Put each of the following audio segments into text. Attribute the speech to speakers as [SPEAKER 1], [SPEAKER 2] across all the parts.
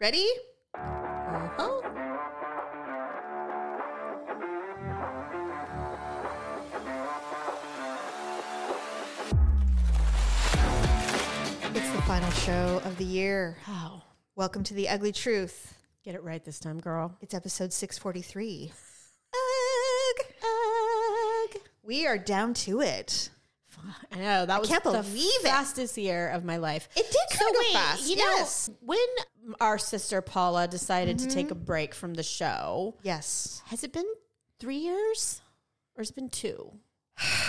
[SPEAKER 1] Ready? Uh-huh. It's the final show of the year.
[SPEAKER 2] Oh,
[SPEAKER 1] Welcome to the ugly truth.
[SPEAKER 2] get it right this time, girl.
[SPEAKER 1] It's episode 643. Ugh, ugh. We are down to it.
[SPEAKER 2] I know that was
[SPEAKER 1] can't
[SPEAKER 2] the
[SPEAKER 1] believe it.
[SPEAKER 2] fastest year of my life.
[SPEAKER 1] It did kind
[SPEAKER 2] so
[SPEAKER 1] of go
[SPEAKER 2] wait,
[SPEAKER 1] fast.
[SPEAKER 2] you
[SPEAKER 1] yes. Mm-hmm.
[SPEAKER 2] know when our sister Paula decided to take a break from the show?
[SPEAKER 1] Yes.
[SPEAKER 2] Has it been three years or has it been two?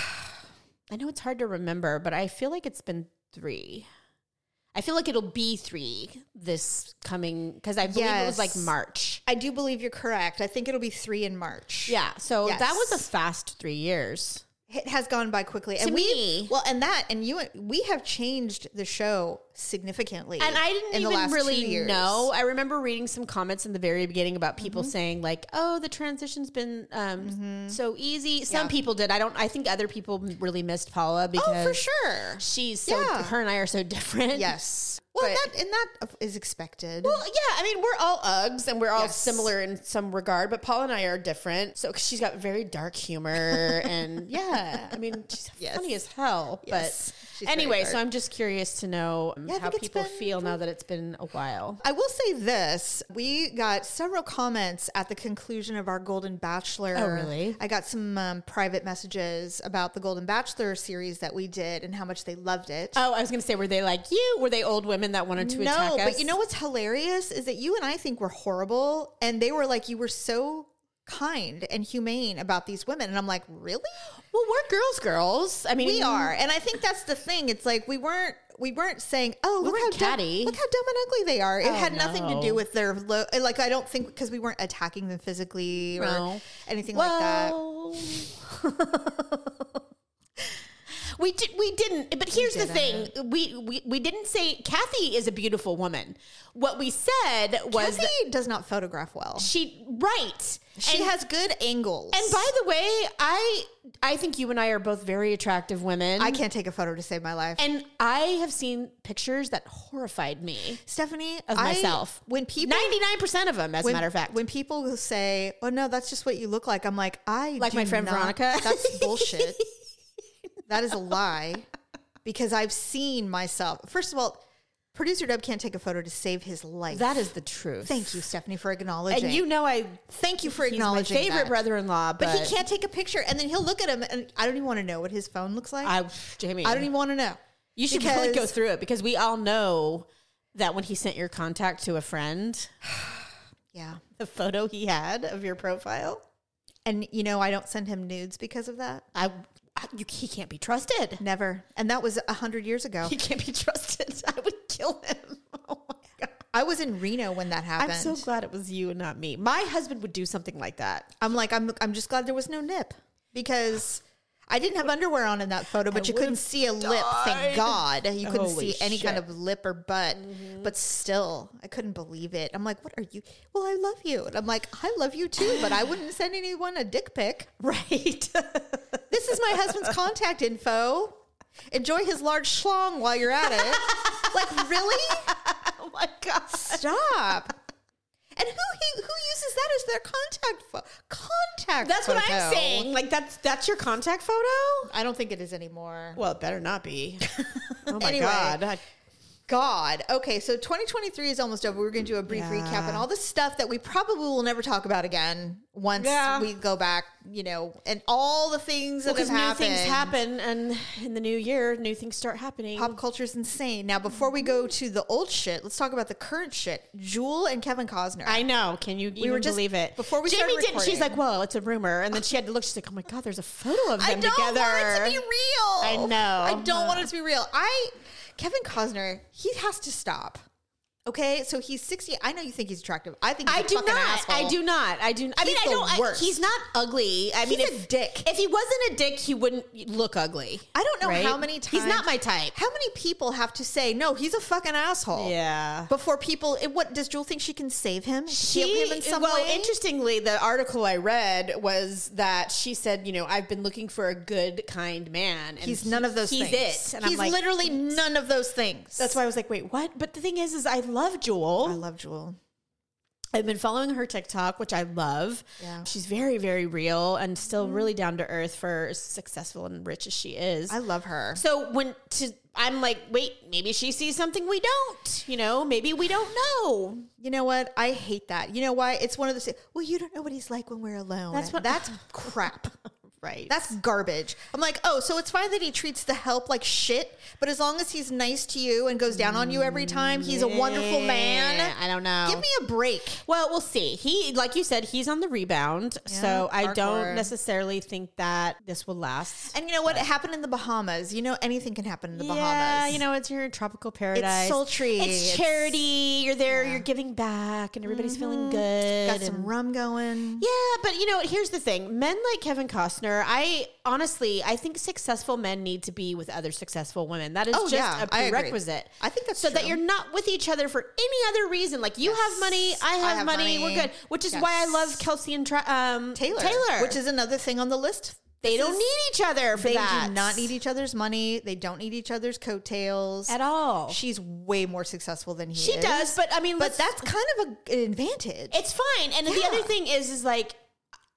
[SPEAKER 2] I know it's hard to remember, but I feel like it's been three. I feel like it'll be three this coming because I believe it was like
[SPEAKER 1] Yes.
[SPEAKER 2] March.
[SPEAKER 1] I do believe you're correct. I think it'll be three in March.
[SPEAKER 2] Yeah, so that was a
[SPEAKER 1] Yes.
[SPEAKER 2] fast three years.
[SPEAKER 1] it has gone by quickly. and
[SPEAKER 2] To
[SPEAKER 1] we
[SPEAKER 2] me.
[SPEAKER 1] well, and that and you we have changed the show significantly.
[SPEAKER 2] And I didn't
[SPEAKER 1] in the
[SPEAKER 2] even
[SPEAKER 1] last two
[SPEAKER 2] really
[SPEAKER 1] years.
[SPEAKER 2] know. I remember reading some comments in the very beginning about people
[SPEAKER 1] Mm-hmm.
[SPEAKER 2] saying like, "Oh, the transition's been um, so easy." Some
[SPEAKER 1] Yeah.
[SPEAKER 2] people did. I don't. I think other people really missed Paula because
[SPEAKER 1] Oh, for sure.
[SPEAKER 2] she's so
[SPEAKER 1] Yeah.
[SPEAKER 2] her and I are so different.
[SPEAKER 1] Yes. Well,
[SPEAKER 2] But-
[SPEAKER 1] that and that is expected.
[SPEAKER 2] Well, yeah, I mean, we're all Uggs and we're all
[SPEAKER 1] Yes.
[SPEAKER 2] similar in some regard, but Paul and I are different. So, cause she's got very dark humor and yeah, I mean, she's
[SPEAKER 1] Yes.
[SPEAKER 2] funny as hell.
[SPEAKER 1] Yes. She's
[SPEAKER 2] But
[SPEAKER 1] very
[SPEAKER 2] anyway, so
[SPEAKER 1] dark.
[SPEAKER 2] I'm just curious to know um,
[SPEAKER 1] Yeah, I
[SPEAKER 2] how
[SPEAKER 1] think it's
[SPEAKER 2] people
[SPEAKER 1] been
[SPEAKER 2] feel now that it's been a while.
[SPEAKER 1] I will say this. We got several comments at the conclusion of our Golden Bachelor.
[SPEAKER 2] Oh, really?
[SPEAKER 1] I got some um, private messages about the Golden Bachelor series that we did and how much they loved it.
[SPEAKER 2] Oh, I was going to say, were they like you? Were they old women that wanted to attack
[SPEAKER 1] no,
[SPEAKER 2] us?
[SPEAKER 1] but you know what's hilarious is that you and I think we're horrible, and they were like, you were so kind and humane about these women, and I'm like, really?
[SPEAKER 2] Well, we're girls, girls. I mean,
[SPEAKER 1] We are, and I think that's the thing. It's like we weren't we weren't saying, oh, look how
[SPEAKER 2] weren't
[SPEAKER 1] dumb,
[SPEAKER 2] catty. Oh,
[SPEAKER 1] look how dumb and ugly they are. It had nothing to
[SPEAKER 2] no.
[SPEAKER 1] do with their low. Like I don't think because we weren't attacking them physically or
[SPEAKER 2] No.
[SPEAKER 1] anything like that.
[SPEAKER 2] Well, we did. We didn't. But here's the thing: we, we we didn't say Kathy is a beautiful woman. What we said was
[SPEAKER 1] Kathy does not photograph well.
[SPEAKER 2] she right.
[SPEAKER 1] She
[SPEAKER 2] and,
[SPEAKER 1] has good angles,
[SPEAKER 2] And by the way, I I think you and I are both very attractive women.
[SPEAKER 1] I can't take a photo to save my life.
[SPEAKER 2] And I have seen pictures that horrified me
[SPEAKER 1] Stephanie,
[SPEAKER 2] of
[SPEAKER 1] I-
[SPEAKER 2] myself.
[SPEAKER 1] when people
[SPEAKER 2] ninety nine percent of them, as a matter of fact.
[SPEAKER 1] When people will say, "Oh no, that's just what you look like," I'm like, "I
[SPEAKER 2] Like
[SPEAKER 1] do
[SPEAKER 2] my friend
[SPEAKER 1] not-
[SPEAKER 2] Veronica?
[SPEAKER 1] That's bullshit. that is a lie, because I've seen myself. First of all, producer Dub can't take a photo to save his life.
[SPEAKER 2] that is the truth.
[SPEAKER 1] Thank you, Stephanie, for acknowledging.
[SPEAKER 2] And you know I
[SPEAKER 1] thank you for
[SPEAKER 2] he's my
[SPEAKER 1] acknowledging.
[SPEAKER 2] favorite
[SPEAKER 1] that.
[SPEAKER 2] brother-in-law, but,
[SPEAKER 1] but, he can't take a picture, and then he'll look at him, and I don't even want to know what his phone looks like. I,
[SPEAKER 2] I, Jamie,
[SPEAKER 1] don't even want to know.
[SPEAKER 2] You should really go
[SPEAKER 1] because-
[SPEAKER 2] through it because we all know that when he sent your contact to a friend,
[SPEAKER 1] Yeah,
[SPEAKER 2] the photo he had of your profile,
[SPEAKER 1] and you know I don't send him nudes because of that.
[SPEAKER 2] I, I you, he can't be trusted.
[SPEAKER 1] Never, and that was a hundred years ago.
[SPEAKER 2] He can't be trusted. I would kill him. Oh my god.
[SPEAKER 1] I was in Reno when that happened.
[SPEAKER 2] I'm so glad it was you and not me. My husband would do something like that.
[SPEAKER 1] I'm like, I'm I'm just glad there was no nip because I didn't have underwear on in that photo, but you couldn't see a lip. Thank
[SPEAKER 2] died.
[SPEAKER 1] God, you couldn't
[SPEAKER 2] Holy
[SPEAKER 1] see any kind
[SPEAKER 2] shit. Mm-hmm.
[SPEAKER 1] of lip or butt. But still, I couldn't believe it. I'm like, what are you? Well, I love you, and I'm like, I love you too, but I wouldn't send anyone a dick pic.
[SPEAKER 2] Right.
[SPEAKER 1] This is my husband's contact info. Enjoy his large schlong while you're at it. like, really?
[SPEAKER 2] oh my god.
[SPEAKER 1] Stop. And who he, who uses that as their contact photo? Contact.
[SPEAKER 2] That's what I'm
[SPEAKER 1] photo.
[SPEAKER 2] saying. Like that's that's your contact photo?
[SPEAKER 1] I don't think it is anymore.
[SPEAKER 2] Well, it better not be. oh my
[SPEAKER 1] Anyway.
[SPEAKER 2] god. I-
[SPEAKER 1] God. Okay, so 2023 is almost over. We're going to do a brief
[SPEAKER 2] Yeah.
[SPEAKER 1] recap and all the stuff that we probably will never talk about again once
[SPEAKER 2] Yeah.
[SPEAKER 1] we go back, you know, and all the things that
[SPEAKER 2] because
[SPEAKER 1] have
[SPEAKER 2] new
[SPEAKER 1] happened.
[SPEAKER 2] things happen, and in the new year, new things start happening.
[SPEAKER 1] Pop culture is insane. Now, before we go to the old shit, let's talk about the current shit. Jewel and Kevin Costner.
[SPEAKER 2] I know. Can you even
[SPEAKER 1] were just-
[SPEAKER 2] believe it?
[SPEAKER 1] before we
[SPEAKER 2] Jamie
[SPEAKER 1] started
[SPEAKER 2] didn't. She's like,
[SPEAKER 1] recording.
[SPEAKER 2] "Whoa, it's a rumor," and then she had to look. She's like, "Oh my god, there's a photo of them
[SPEAKER 1] I don't
[SPEAKER 2] together."
[SPEAKER 1] want it to be real.
[SPEAKER 2] I know.
[SPEAKER 1] I don't want it to be real. I Kevin Cosner, he has to stop. Okay, so he's sixty. I know you think he's attractive. I think he's
[SPEAKER 2] I
[SPEAKER 1] a
[SPEAKER 2] do not.
[SPEAKER 1] fucking Asshole.
[SPEAKER 2] I do not. I do. I mean,
[SPEAKER 1] He's
[SPEAKER 2] I
[SPEAKER 1] the
[SPEAKER 2] don't. I,
[SPEAKER 1] worst.
[SPEAKER 2] he's not ugly. I
[SPEAKER 1] He's
[SPEAKER 2] mean,
[SPEAKER 1] a
[SPEAKER 2] if,
[SPEAKER 1] dick.
[SPEAKER 2] If he wasn't a dick, he wouldn't look ugly.
[SPEAKER 1] I don't know
[SPEAKER 2] Right?
[SPEAKER 1] how many times
[SPEAKER 2] He's not my type.
[SPEAKER 1] How many people have to say no? He's a fucking asshole.
[SPEAKER 2] Yeah.
[SPEAKER 1] Before people, it, what does Jewel think she can save him?
[SPEAKER 2] she
[SPEAKER 1] Heal him in some
[SPEAKER 2] well
[SPEAKER 1] way.
[SPEAKER 2] interestingly the article i read was that she said you know i've been looking for a good kind man and
[SPEAKER 1] he's
[SPEAKER 2] he-
[SPEAKER 1] none of those
[SPEAKER 2] he's
[SPEAKER 1] things.
[SPEAKER 2] it and
[SPEAKER 1] he's
[SPEAKER 2] i'm like
[SPEAKER 1] literally none of those things.
[SPEAKER 2] that's why i was like wait what but the thing is is i love Jewel.
[SPEAKER 1] I love Jewel.
[SPEAKER 2] I've been following her TikTok, which I love.
[SPEAKER 1] Yeah. Mm.
[SPEAKER 2] She's very, very real and still really down to earth for as successful and rich as she is.
[SPEAKER 1] I love her.
[SPEAKER 2] so when to, I'm like, wait, maybe she sees something we don't. You know, maybe we don't know.
[SPEAKER 1] You know what? I hate that. You know why? It's one of those. Well, you don't know what he's like when we're alone.
[SPEAKER 2] That's what-
[SPEAKER 1] That's crap.
[SPEAKER 2] Right.
[SPEAKER 1] That's garbage. I'm like, oh, so it's fine that he treats the help like shit, but as long as he's nice to you and goes down on you every time, he's a wonderful man.
[SPEAKER 2] I don't know.
[SPEAKER 1] Give me a break.
[SPEAKER 2] Well, we'll see. He, like you said, he's on the rebound. so I
[SPEAKER 1] hardcore.
[SPEAKER 2] don't necessarily think that this will last.
[SPEAKER 1] And you know what? It happened in the Bahamas. You know, anything can happen in the
[SPEAKER 2] Yeah,
[SPEAKER 1] Bahamas.
[SPEAKER 2] you know, it's your tropical paradise.
[SPEAKER 1] sultry.
[SPEAKER 2] It's
[SPEAKER 1] It's-
[SPEAKER 2] charity. you're there. You're giving back, and everybody's feeling good.
[SPEAKER 1] Mm-hmm. got
[SPEAKER 2] and-
[SPEAKER 1] some rum going.
[SPEAKER 2] yeah, but you know, what? here's the thing: men like Kevin Costner. I honestly, I think successful men need to be with other successful women. That is
[SPEAKER 1] Oh,
[SPEAKER 2] just
[SPEAKER 1] yeah,
[SPEAKER 2] a
[SPEAKER 1] I agree.
[SPEAKER 2] prerequisite.
[SPEAKER 1] I think that's
[SPEAKER 2] so that
[SPEAKER 1] true.
[SPEAKER 2] you're not with each other for any other reason. Like you have money, I have,
[SPEAKER 1] have
[SPEAKER 2] money,
[SPEAKER 1] money.
[SPEAKER 2] we're good. Which is why I
[SPEAKER 1] Yes.
[SPEAKER 2] love Kelsey and Tra- um,
[SPEAKER 1] Taylor,
[SPEAKER 2] Taylor,
[SPEAKER 1] which is another thing on the list.
[SPEAKER 2] they
[SPEAKER 1] This
[SPEAKER 2] don't
[SPEAKER 1] is-
[SPEAKER 2] need each other for
[SPEAKER 1] They
[SPEAKER 2] that.
[SPEAKER 1] do not need each other's money. They don't need each other's coattails
[SPEAKER 2] at all. She,
[SPEAKER 1] She's way more successful than he is.
[SPEAKER 2] does, but I mean,
[SPEAKER 1] But
[SPEAKER 2] let's-
[SPEAKER 1] that's kind of a, an advantage.
[SPEAKER 2] It's fine. And the
[SPEAKER 1] Yeah.
[SPEAKER 2] other thing is, is like,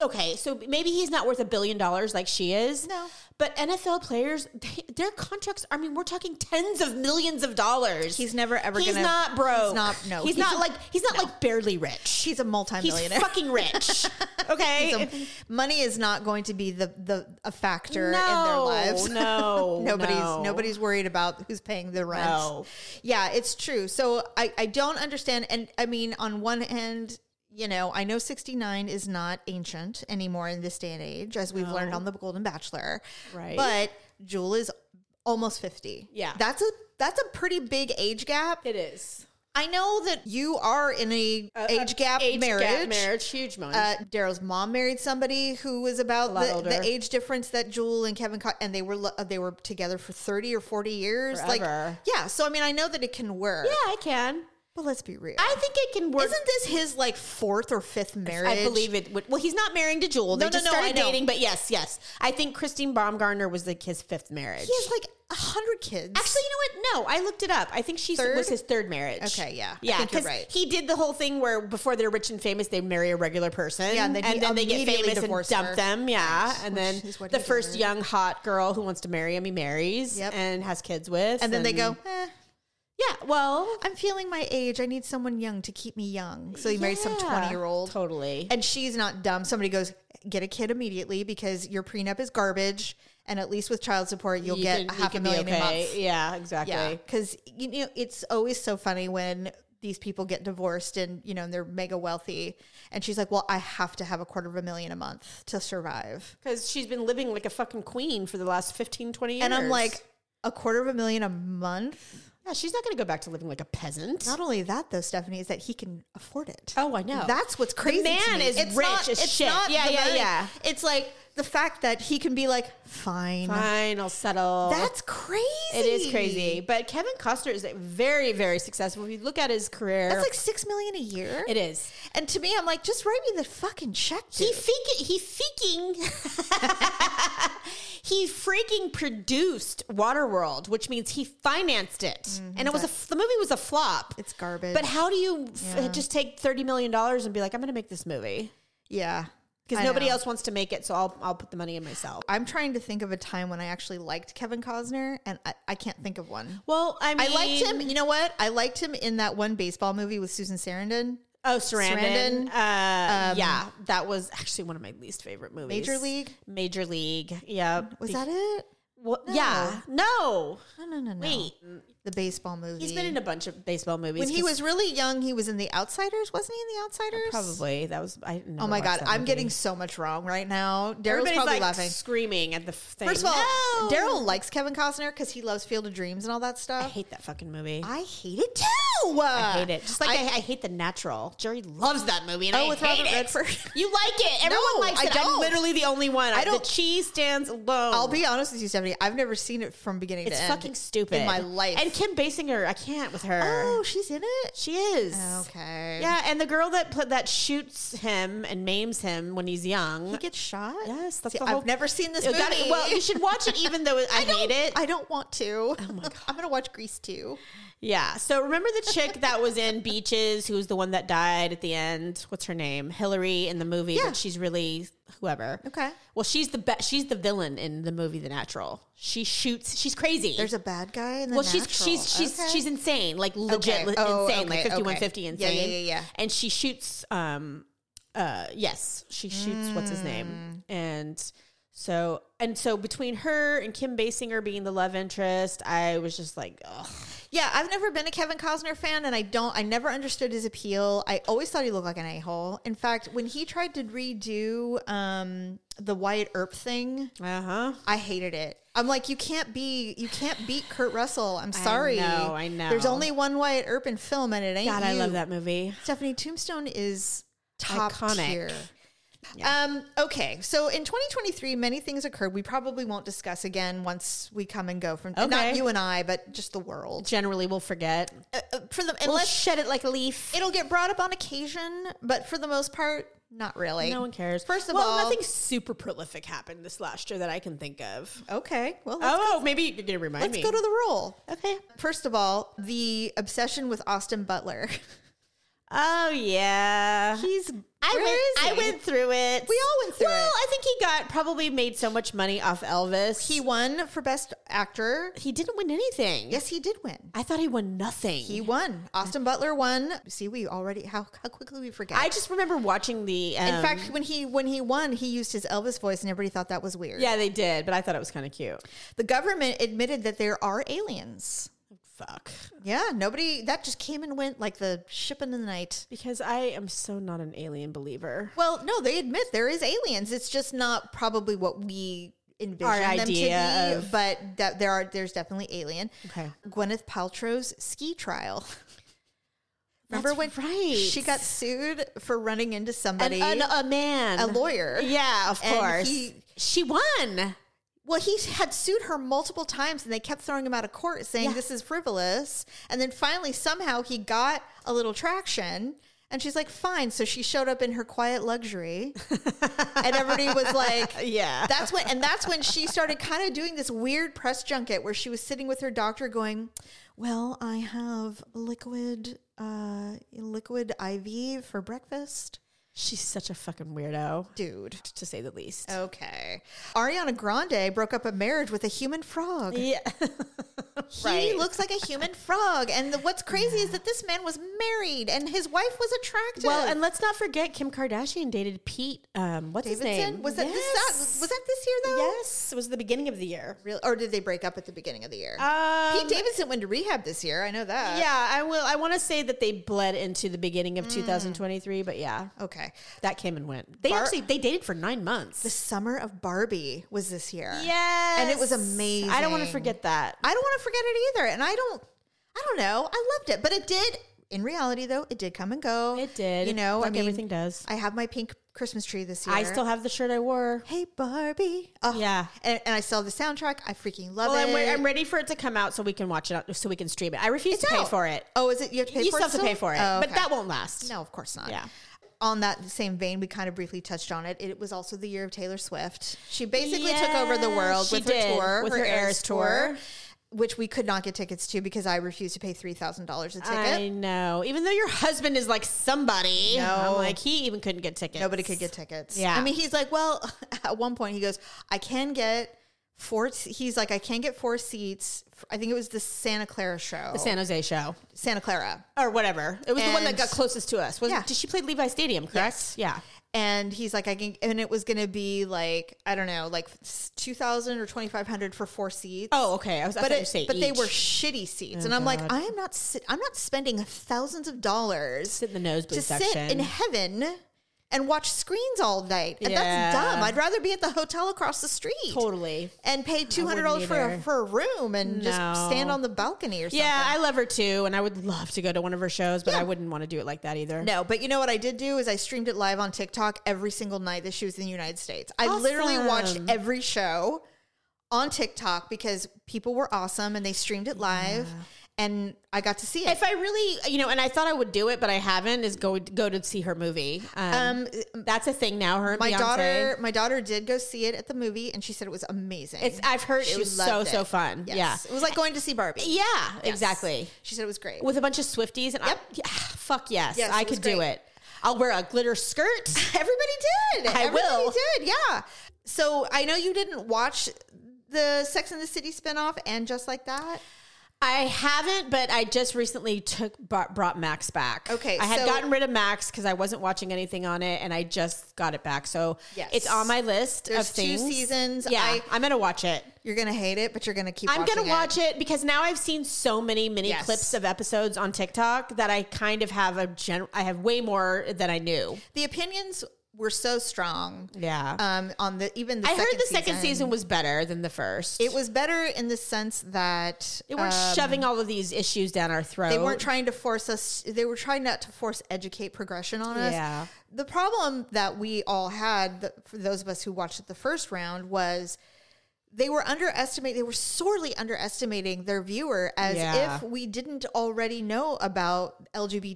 [SPEAKER 2] okay, so maybe he's not worth a billion dollars like she is.
[SPEAKER 1] No.
[SPEAKER 2] But NFL players, they, their contracts, I mean, we're talking tens of millions of dollars.
[SPEAKER 1] He's never, ever
[SPEAKER 2] He's
[SPEAKER 1] gonna-
[SPEAKER 2] not broke.
[SPEAKER 1] he's not- no,
[SPEAKER 2] He's,
[SPEAKER 1] he's
[SPEAKER 2] not
[SPEAKER 1] a-
[SPEAKER 2] like, he's not like barely rich.
[SPEAKER 1] She's a
[SPEAKER 2] He's
[SPEAKER 1] multimillionaire.
[SPEAKER 2] fucking rich. okay.
[SPEAKER 1] So money is not going to be the the a factor in their
[SPEAKER 2] No,
[SPEAKER 1] lives.
[SPEAKER 2] no,
[SPEAKER 1] nobody's
[SPEAKER 2] no.
[SPEAKER 1] nobody's worried about who's paying the rent.
[SPEAKER 2] No.
[SPEAKER 1] Yeah, it's true. So I I don't understand. And I mean, on one hand. You know, I know 69 is not ancient anymore in this day and age, as we've learned on The Golden Bachelor.
[SPEAKER 2] Right.
[SPEAKER 1] But Jewel is almost 50.
[SPEAKER 2] Yeah.
[SPEAKER 1] That's a that's a pretty big age gap.
[SPEAKER 2] it is.
[SPEAKER 1] I know that you are in a, age gap
[SPEAKER 2] Age
[SPEAKER 1] marriage.
[SPEAKER 2] gap marriage, huge money.
[SPEAKER 1] Uh, Daryl's mom married somebody who was about the,
[SPEAKER 2] lot
[SPEAKER 1] the
[SPEAKER 2] older.
[SPEAKER 1] age difference that Jewel and Kevin caught, and they were lo- they were together for thirty or forty years.
[SPEAKER 2] Forever.
[SPEAKER 1] Like, yeah. So I mean, I know that it can work.
[SPEAKER 2] yeah, I can.
[SPEAKER 1] But let's be real.
[SPEAKER 2] I think it can work.
[SPEAKER 1] Isn't this his like fourth or fifth marriage?
[SPEAKER 2] I believe it. Would, well, he's not marrying to Jewel. They
[SPEAKER 1] No, no,
[SPEAKER 2] just
[SPEAKER 1] no, I
[SPEAKER 2] started
[SPEAKER 1] know.
[SPEAKER 2] dating, but yes, yes. I think Christine Baumgartner was like his fifth marriage.
[SPEAKER 1] he has like a hundred kids.
[SPEAKER 2] Actually, you know what? No, I looked it up. I think she
[SPEAKER 1] Third?
[SPEAKER 2] was his third marriage.
[SPEAKER 1] Okay, yeah. I
[SPEAKER 2] yeah.
[SPEAKER 1] think you're
[SPEAKER 2] Because
[SPEAKER 1] right.
[SPEAKER 2] he did the whole thing where before they're rich and famous, they marry a regular person.
[SPEAKER 1] Yeah, and then he
[SPEAKER 2] they get
[SPEAKER 1] immediately
[SPEAKER 2] famous and
[SPEAKER 1] divorced
[SPEAKER 2] dump
[SPEAKER 1] her.
[SPEAKER 2] them. Yeah,
[SPEAKER 1] Right,
[SPEAKER 2] and
[SPEAKER 1] which
[SPEAKER 2] then
[SPEAKER 1] is what
[SPEAKER 2] the
[SPEAKER 1] he
[SPEAKER 2] first
[SPEAKER 1] did.
[SPEAKER 2] young hot girl who wants to marry him, he marries
[SPEAKER 1] Yep.
[SPEAKER 2] and has kids with.
[SPEAKER 1] and then they go. Eh,
[SPEAKER 2] yeah. Well,
[SPEAKER 1] I'm feeling my age. I need someone young to keep me young. So he married some
[SPEAKER 2] yeah,
[SPEAKER 1] twenty year old.
[SPEAKER 2] Totally.
[SPEAKER 1] and she's not dumb. Somebody goes, get a kid immediately because your prenup is garbage, and at least with child support, you'll
[SPEAKER 2] You
[SPEAKER 1] get
[SPEAKER 2] can-
[SPEAKER 1] a
[SPEAKER 2] you
[SPEAKER 1] half a
[SPEAKER 2] can be
[SPEAKER 1] million a
[SPEAKER 2] okay.
[SPEAKER 1] month.
[SPEAKER 2] Yeah, exactly.
[SPEAKER 1] Yeah, because you know it's always so funny when these people get divorced and you know and they're mega wealthy, and she's like, well, I have to have a quarter of a million a month to survive,
[SPEAKER 2] Because she's been living like a fucking queen for the last 15, 20 years.
[SPEAKER 1] and I'm like, a quarter of a million a month.
[SPEAKER 2] yeah, she's not going to go back to living like a peasant.
[SPEAKER 1] Not only that, though, Stephanie, is that he can afford it.
[SPEAKER 2] Oh, I know.
[SPEAKER 1] That's what's crazy. to
[SPEAKER 2] man
[SPEAKER 1] me.
[SPEAKER 2] is rich as shit. Yeah,
[SPEAKER 1] the
[SPEAKER 2] yeah, yeah.
[SPEAKER 1] It's like the fact that he can be like, fine.
[SPEAKER 2] Fine, I'll settle.
[SPEAKER 1] That's crazy.
[SPEAKER 2] it is crazy. But Kevin Costner is very, very successful. If you look at his career,
[SPEAKER 1] That's like six million a year.
[SPEAKER 2] it is.
[SPEAKER 1] And to me, I'm like, just write me the fucking check. Dude.
[SPEAKER 2] He freaking, he freaking, he freaking produced Waterworld, which means he financed it, and it was a, f- the movie was a flop.
[SPEAKER 1] it's garbage.
[SPEAKER 2] But how do you f-
[SPEAKER 1] Yeah.
[SPEAKER 2] just take thirty million dollars and be like, I'm going to make this movie?
[SPEAKER 1] yeah,
[SPEAKER 2] because
[SPEAKER 1] I
[SPEAKER 2] nobody
[SPEAKER 1] know.
[SPEAKER 2] else wants to make it. So I'll I'll put the money in myself.
[SPEAKER 1] I'm trying to think of a time when I actually liked Kevin Costner, and I, I can't think of one.
[SPEAKER 2] Well, I mean,
[SPEAKER 1] I liked him. You know what? I liked him in that one baseball movie with Susan Sarandon,
[SPEAKER 2] Oh, Sarandon.
[SPEAKER 1] Sarandon. um,
[SPEAKER 2] Uh, yeah, that was actually one of my least favorite movies.
[SPEAKER 1] Major League.
[SPEAKER 2] Major League. Yeah.
[SPEAKER 1] Was that it?
[SPEAKER 2] Well, Yeah.
[SPEAKER 1] No,
[SPEAKER 2] No.
[SPEAKER 1] Oh. no, no, no.
[SPEAKER 2] Wait.
[SPEAKER 1] the baseball movie.
[SPEAKER 2] He's been in a bunch of baseball movies.
[SPEAKER 1] when he
[SPEAKER 2] 'cause
[SPEAKER 1] was really young, he was in The Outsiders, wasn't he in The Outsiders?
[SPEAKER 2] probably that was. I
[SPEAKER 1] Oh my god, I'm getting so much wrong right now. Daryl's
[SPEAKER 2] Everybody's
[SPEAKER 1] probably
[SPEAKER 2] like
[SPEAKER 1] laughing.
[SPEAKER 2] screaming at the thing.
[SPEAKER 1] First of all,
[SPEAKER 2] No!
[SPEAKER 1] Daryl likes Kevin Costner because he loves Field of Dreams and all that
[SPEAKER 2] I
[SPEAKER 1] stuff.
[SPEAKER 2] hate that fucking movie. I,
[SPEAKER 1] I hate it too. I
[SPEAKER 2] hate it. Just like I, I, hate The Natural. Jerry loves that movie. And
[SPEAKER 1] Oh,
[SPEAKER 2] I
[SPEAKER 1] with
[SPEAKER 2] hate
[SPEAKER 1] Robert
[SPEAKER 2] it.
[SPEAKER 1] Redford.
[SPEAKER 2] You like it. Everyone
[SPEAKER 1] No,
[SPEAKER 2] likes
[SPEAKER 1] I
[SPEAKER 2] it. I'm
[SPEAKER 1] don't.
[SPEAKER 2] literally the only one. I
[SPEAKER 1] don't-
[SPEAKER 2] The cheese stands alone.
[SPEAKER 1] I'll be honest with you, Stephanie. I've never seen it from beginning
[SPEAKER 2] It's
[SPEAKER 1] to end.
[SPEAKER 2] fucking stupid.
[SPEAKER 1] in my life.
[SPEAKER 2] And Kim Basinger, I can't with her.
[SPEAKER 1] Oh, she's in it.
[SPEAKER 2] She is.
[SPEAKER 1] Okay.
[SPEAKER 2] Yeah, and the girl that pl- that shoots him and maims him when he's young.
[SPEAKER 1] He gets shot.
[SPEAKER 2] Yes, that's
[SPEAKER 1] See,
[SPEAKER 2] the whole-
[SPEAKER 1] I've never seen this
[SPEAKER 2] You
[SPEAKER 1] movie.
[SPEAKER 2] gotta- well, you should watch it even though I, hate it.
[SPEAKER 1] I don't want to.
[SPEAKER 2] my God.
[SPEAKER 1] I'm gonna watch Grease too.
[SPEAKER 2] Yeah. So remember the chick that was in Beaches, who was the one that died at the end? What's her name? Hillary in the movie,
[SPEAKER 1] Yeah.
[SPEAKER 2] but she's really whoever.
[SPEAKER 1] Okay.
[SPEAKER 2] Well, she's the be- she's the villain in the movie The Natural. She shoots. She's crazy.
[SPEAKER 1] There's a bad guy in the
[SPEAKER 2] well, she's
[SPEAKER 1] Natural.
[SPEAKER 2] she's she's
[SPEAKER 1] Okay.
[SPEAKER 2] she's insane, like legit
[SPEAKER 1] Okay.
[SPEAKER 2] li-
[SPEAKER 1] Oh,
[SPEAKER 2] insane,
[SPEAKER 1] okay,
[SPEAKER 2] like fifty one
[SPEAKER 1] okay.
[SPEAKER 2] fifty
[SPEAKER 1] Yeah, yeah,
[SPEAKER 2] insane.
[SPEAKER 1] yeah, yeah.
[SPEAKER 2] And she shoots. Um, uh, yes, she shoots. What's his name?
[SPEAKER 1] Mm.
[SPEAKER 2] And so and so between her and Kim Basinger being the love interest, I was just like, ugh.
[SPEAKER 1] Yeah, I've never been a Kevin Costner fan, and I don't. I never understood his appeal. I always thought he looked like an a hole. In fact, when he tried to redo um, the Wyatt Earp thing,
[SPEAKER 2] uh huh.
[SPEAKER 1] I hated it. I'm like, you can't be, you can't beat Kurt Russell. I'm sorry.
[SPEAKER 2] know, I know.
[SPEAKER 1] There's only one Wyatt Earp in film, and it ain't.
[SPEAKER 2] God, I
[SPEAKER 1] you.
[SPEAKER 2] love that movie.
[SPEAKER 1] Stephanie Tombstone is top
[SPEAKER 2] Iconic.
[SPEAKER 1] tier. Um, okay, so in 2023, many things occurred. We probably won't discuss again once we come and go from not
[SPEAKER 2] Okay.
[SPEAKER 1] you and I, but just the world.
[SPEAKER 2] Generally, we'll forget.
[SPEAKER 1] Uh, uh, for the
[SPEAKER 2] We'll
[SPEAKER 1] unless
[SPEAKER 2] shed it like a leaf.
[SPEAKER 1] it'll get brought up on occasion, but for the most part, not really.
[SPEAKER 2] no one cares.
[SPEAKER 1] First of
[SPEAKER 2] well,
[SPEAKER 1] all-
[SPEAKER 2] nothing super prolific happened this last year that I can think of.
[SPEAKER 1] Okay, well, let's,
[SPEAKER 2] Oh, maybe you're gonna remind
[SPEAKER 1] let's
[SPEAKER 2] me.
[SPEAKER 1] go to the rule.
[SPEAKER 2] okay.
[SPEAKER 1] First of all, the obsession with Austin Butler.
[SPEAKER 2] Oh yeah.
[SPEAKER 1] He's
[SPEAKER 2] I
[SPEAKER 1] where is
[SPEAKER 2] went. I
[SPEAKER 1] he?
[SPEAKER 2] went through it.
[SPEAKER 1] We all went through
[SPEAKER 2] well,
[SPEAKER 1] it.
[SPEAKER 2] I think he got probably made so much money off Elvis.
[SPEAKER 1] He won for best actor.
[SPEAKER 2] he didn't win anything.
[SPEAKER 1] Yes, he did win.
[SPEAKER 2] I thought he won nothing.
[SPEAKER 1] He won. Austin Butler won. See, we already how how quickly we forget.
[SPEAKER 2] I just remember watching the. Um,
[SPEAKER 1] In fact, when he when he won, he used his Elvis voice, and everybody thought that was weird.
[SPEAKER 2] yeah, they did, but I thought it was kind of cute.
[SPEAKER 1] The government admitted that there are aliens.
[SPEAKER 2] Fuck.
[SPEAKER 1] Yeah, nobody that just came and went like the ship in the night.
[SPEAKER 2] Because I am so not an alien believer.
[SPEAKER 1] Well, no, they admit there is aliens. It's just not probably what we envision
[SPEAKER 2] Our
[SPEAKER 1] them to be,
[SPEAKER 2] idea of-
[SPEAKER 1] but that there are there's definitely alien.
[SPEAKER 2] Okay.
[SPEAKER 1] Gwyneth Paltrow's ski trial. Remember
[SPEAKER 2] That's
[SPEAKER 1] when
[SPEAKER 2] right.
[SPEAKER 1] she got sued for running into
[SPEAKER 2] an,
[SPEAKER 1] somebody,
[SPEAKER 2] an- a man,
[SPEAKER 1] a lawyer?
[SPEAKER 2] Yeah, of
[SPEAKER 1] And
[SPEAKER 2] course.
[SPEAKER 1] he-
[SPEAKER 2] she won.
[SPEAKER 1] Well, he had sued her multiple times and they kept throwing him out of court saying
[SPEAKER 2] Yeah.
[SPEAKER 1] this is frivolous. And then finally, somehow, he got a little traction. And she's like, fine. So she showed up in her quiet luxury. and everybody was like,
[SPEAKER 2] Yeah.
[SPEAKER 1] That's when, and that's when she started kind of doing this weird press junket where she was sitting with her doctor going, Well, I have liquid, uh, liquid IV for breakfast.
[SPEAKER 2] She's such a fucking weirdo,
[SPEAKER 1] Dude.
[SPEAKER 2] to say the least.
[SPEAKER 1] Okay. Ariana Grande broke up a marriage with a human frog.
[SPEAKER 2] Yeah.
[SPEAKER 1] He looks like a human frog. And the, what's crazy is that this man was married and his wife was attractive.
[SPEAKER 2] Well, and let's not forget Kim Kardashian dated Pete. Um, what's his
[SPEAKER 1] Davidson
[SPEAKER 2] name?
[SPEAKER 1] was that this
[SPEAKER 2] Yes.
[SPEAKER 1] that, was that this year though?
[SPEAKER 2] Yes, it was the beginning of the year.
[SPEAKER 1] Real, or did they break up at the beginning of the year?
[SPEAKER 2] Um, uh,
[SPEAKER 1] Pete Davidson went to rehab this year. I know that.
[SPEAKER 2] yeah, I will. I want to say that they bled into the beginning of 2023, but yeah,
[SPEAKER 1] Okay.
[SPEAKER 2] that came and went. Hmm. They
[SPEAKER 1] Bar-
[SPEAKER 2] actually they dated for nine months.
[SPEAKER 1] The summer of Barbie was this year.
[SPEAKER 2] yes,
[SPEAKER 1] And it was amazing.
[SPEAKER 2] I don't want to forget that.
[SPEAKER 1] I don't want to forget it either. And I don't I don't know. I loved it. But it did in reality though, it did come and go.
[SPEAKER 2] It did.
[SPEAKER 1] You know,
[SPEAKER 2] like
[SPEAKER 1] I mean
[SPEAKER 2] everything does.
[SPEAKER 1] I have my pink Christmas tree this year.
[SPEAKER 2] I still have the shirt I wore.
[SPEAKER 1] Hey Barbie. Oh,
[SPEAKER 2] Yeah.
[SPEAKER 1] and, and I still have the soundtrack. I freaking love
[SPEAKER 2] Well,
[SPEAKER 1] it.
[SPEAKER 2] I'm, re- I'm ready for it to come out so we can watch it, out- so we can stream it. I refuse to pay
[SPEAKER 1] out.
[SPEAKER 2] for it.
[SPEAKER 1] Oh, is it you have to pay
[SPEAKER 2] you
[SPEAKER 1] for
[SPEAKER 2] still
[SPEAKER 1] it?
[SPEAKER 2] have to pay for it,
[SPEAKER 1] Oh,
[SPEAKER 2] but
[SPEAKER 1] okay.
[SPEAKER 2] that won't last.
[SPEAKER 1] no, of course not.
[SPEAKER 2] Yeah.
[SPEAKER 1] On that same vein, we kind of briefly touched on it. It was also the year of Taylor Swift. She basically took over the
[SPEAKER 2] Yeah,
[SPEAKER 1] world
[SPEAKER 2] she
[SPEAKER 1] with her
[SPEAKER 2] did,
[SPEAKER 1] tour,
[SPEAKER 2] with her Eras tour.
[SPEAKER 1] which we could not get tickets to because I refused to pay three thousand dollars a ticket.
[SPEAKER 2] I know. Even though your husband is like somebody, I'm
[SPEAKER 1] No.
[SPEAKER 2] like he even couldn't get tickets.
[SPEAKER 1] Nobody could get tickets.
[SPEAKER 2] Yeah.
[SPEAKER 1] I mean, he's like, well, at one point he goes, I can get four. He's like, I can get four seats. I think it was the Santa Clara show.
[SPEAKER 2] the San Jose show
[SPEAKER 1] Santa Clara.
[SPEAKER 2] or whatever. It was the one
[SPEAKER 1] Oh.
[SPEAKER 2] that
[SPEAKER 1] And-
[SPEAKER 2] got closest to us. Was
[SPEAKER 1] Yeah.
[SPEAKER 2] did she play Levi Stadium? Correct. Yeah.
[SPEAKER 1] and he's like, I can, and it was gonna be like, I don't know, like two thousand or twenty five hundred for four seats.
[SPEAKER 2] Oh, okay. I was. I
[SPEAKER 1] but
[SPEAKER 2] thought you
[SPEAKER 1] it,
[SPEAKER 2] say
[SPEAKER 1] but they
[SPEAKER 2] each. Oh,
[SPEAKER 1] were shitty seats, and I'm like, I am not, sit, I'm not spending thousands of dollars
[SPEAKER 2] sit in the nosebleed
[SPEAKER 1] to
[SPEAKER 2] section.
[SPEAKER 1] sit in heaven and watch screens all night, and that's
[SPEAKER 2] Yeah.
[SPEAKER 1] dumb. I'd rather be at the hotel across the street.
[SPEAKER 2] totally.
[SPEAKER 1] And pay two hundred dollars for a,
[SPEAKER 2] either.
[SPEAKER 1] for a room and just
[SPEAKER 2] No.
[SPEAKER 1] stand on the balcony or something.
[SPEAKER 2] Yeah, I love her too, and I would love to go to one of her shows, but
[SPEAKER 1] Yeah.
[SPEAKER 2] I wouldn't want to do it like that either.
[SPEAKER 1] No, but you know what I did do is I streamed it live on TikTok every single night that she was in the United States. I literally watched
[SPEAKER 2] Awesome.
[SPEAKER 1] every show on TikTok because people were awesome and they streamed it live. and I got to see it.
[SPEAKER 2] If I really, you know, and I thought I would do it, but I haven't, is go go to see her movie. Um, that's a thing now. Her and
[SPEAKER 1] my
[SPEAKER 2] Beyonce.
[SPEAKER 1] daughter, my daughter did go see it at the movie, and she said it was amazing.
[SPEAKER 2] It's I've heard
[SPEAKER 1] She
[SPEAKER 2] it was so
[SPEAKER 1] loved
[SPEAKER 2] so
[SPEAKER 1] it.
[SPEAKER 2] fun.
[SPEAKER 1] Yes.
[SPEAKER 2] Yeah,
[SPEAKER 1] it was like going to see Barbie.
[SPEAKER 2] yeah, exactly.
[SPEAKER 1] She said it was great.
[SPEAKER 2] With a bunch of Swifties and I,
[SPEAKER 1] Yep.
[SPEAKER 2] yeah, fuck yes,
[SPEAKER 1] Yes,
[SPEAKER 2] I
[SPEAKER 1] it was
[SPEAKER 2] could do
[SPEAKER 1] great.
[SPEAKER 2] it. I'll wear a glitter skirt.
[SPEAKER 1] Everybody did.
[SPEAKER 2] I
[SPEAKER 1] Everybody
[SPEAKER 2] will.
[SPEAKER 1] did. Yeah. So I know you didn't watch the Sex and the City spinoff and just like that.
[SPEAKER 2] I haven't, but I just recently took brought, brought Max back.
[SPEAKER 1] Okay,
[SPEAKER 2] I had
[SPEAKER 1] so-
[SPEAKER 2] gotten rid of Max because I wasn't watching anything on it, and I just got it back. So
[SPEAKER 1] Yes.
[SPEAKER 2] it's on my list
[SPEAKER 1] There's
[SPEAKER 2] of
[SPEAKER 1] two
[SPEAKER 2] things.
[SPEAKER 1] seasons.
[SPEAKER 2] Yeah,
[SPEAKER 1] I-
[SPEAKER 2] I'm gonna watch it.
[SPEAKER 1] You're gonna hate it, but you're gonna keep.
[SPEAKER 2] I'm gonna
[SPEAKER 1] watching
[SPEAKER 2] watch it because now I've seen so many mini
[SPEAKER 1] Yes.
[SPEAKER 2] clips of episodes on TikTok that I kind of have a gen. I have way more than I knew.
[SPEAKER 1] The opinions were so strong.
[SPEAKER 2] Yeah,
[SPEAKER 1] Um, on the even the
[SPEAKER 2] I
[SPEAKER 1] second
[SPEAKER 2] heard the second season was better than the first.
[SPEAKER 1] It was better in the sense that
[SPEAKER 2] They weren't
[SPEAKER 1] um,
[SPEAKER 2] shoving all of these issues down our throat.
[SPEAKER 1] They weren't trying to force us. They were trying not to force educate progression on us.
[SPEAKER 2] Yeah.
[SPEAKER 1] The problem that we all had, th- for those of us who watched it the first round, was they were underestimating. They were sorely underestimating their viewer as
[SPEAKER 2] Yeah.
[SPEAKER 1] if we didn't already know about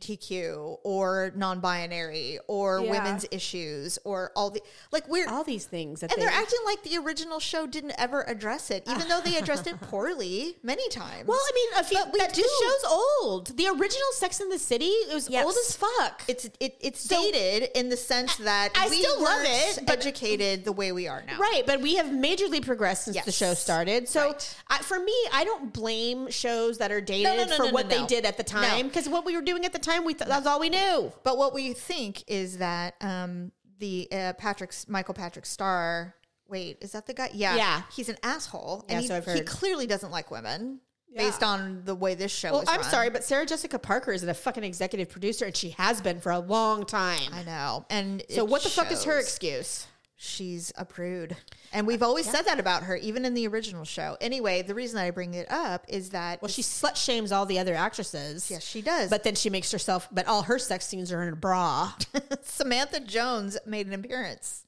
[SPEAKER 1] LGBTQ or non-binary or
[SPEAKER 2] Yeah.
[SPEAKER 1] women's issues or all the like. We're
[SPEAKER 2] all these things that
[SPEAKER 1] and
[SPEAKER 2] they
[SPEAKER 1] they're acting like the original show didn't ever address it, even though they addressed it poorly many times.
[SPEAKER 2] Well, I mean, a few,
[SPEAKER 1] But we
[SPEAKER 2] that-
[SPEAKER 1] do-
[SPEAKER 2] the show's old. The original Sex in the City it was
[SPEAKER 1] Yes.
[SPEAKER 2] old as fuck.
[SPEAKER 1] it's it, it's dated in the sense that
[SPEAKER 2] I
[SPEAKER 1] we
[SPEAKER 2] still love
[SPEAKER 1] weren't
[SPEAKER 2] it, but-
[SPEAKER 1] educated the way we are now.
[SPEAKER 2] right, but we have majorly progressed since the
[SPEAKER 1] Yes.
[SPEAKER 2] show started. So,
[SPEAKER 1] Right.
[SPEAKER 2] I, for me, I don't blame shows that are dated
[SPEAKER 1] no,
[SPEAKER 2] for
[SPEAKER 1] no,
[SPEAKER 2] what
[SPEAKER 1] no,
[SPEAKER 2] they
[SPEAKER 1] no.
[SPEAKER 2] did at the time because what we were doing at the time, we th- that's all we knew.
[SPEAKER 1] But what we think is that um, the uh, Patrick's Michael Patrick Starr. Wait, is that the guy? Yeah,
[SPEAKER 2] Yeah.
[SPEAKER 1] He's an asshole,
[SPEAKER 2] Yeah,
[SPEAKER 1] and he,
[SPEAKER 2] so I've
[SPEAKER 1] he
[SPEAKER 2] heard.
[SPEAKER 1] clearly doesn't like women
[SPEAKER 2] Yeah.
[SPEAKER 1] based on the way this show.
[SPEAKER 2] Well,
[SPEAKER 1] is
[SPEAKER 2] Oh, I'm
[SPEAKER 1] run.
[SPEAKER 2] sorry, but Sarah Jessica Parker is a fucking executive producer, and she has been for a long time.
[SPEAKER 1] I know. And
[SPEAKER 2] So,
[SPEAKER 1] it
[SPEAKER 2] what the fuck is her Uh,
[SPEAKER 1] shows.
[SPEAKER 2] excuse?
[SPEAKER 1] she's a prude. And we've always said that about her, even in the original show. Anyway, the reason I bring it up is that
[SPEAKER 2] Well, she slut shames all the other actresses.
[SPEAKER 1] yes, she does.
[SPEAKER 2] But then she makes herself, but all her sex scenes are in a bra.
[SPEAKER 1] Samantha Jones made an appearance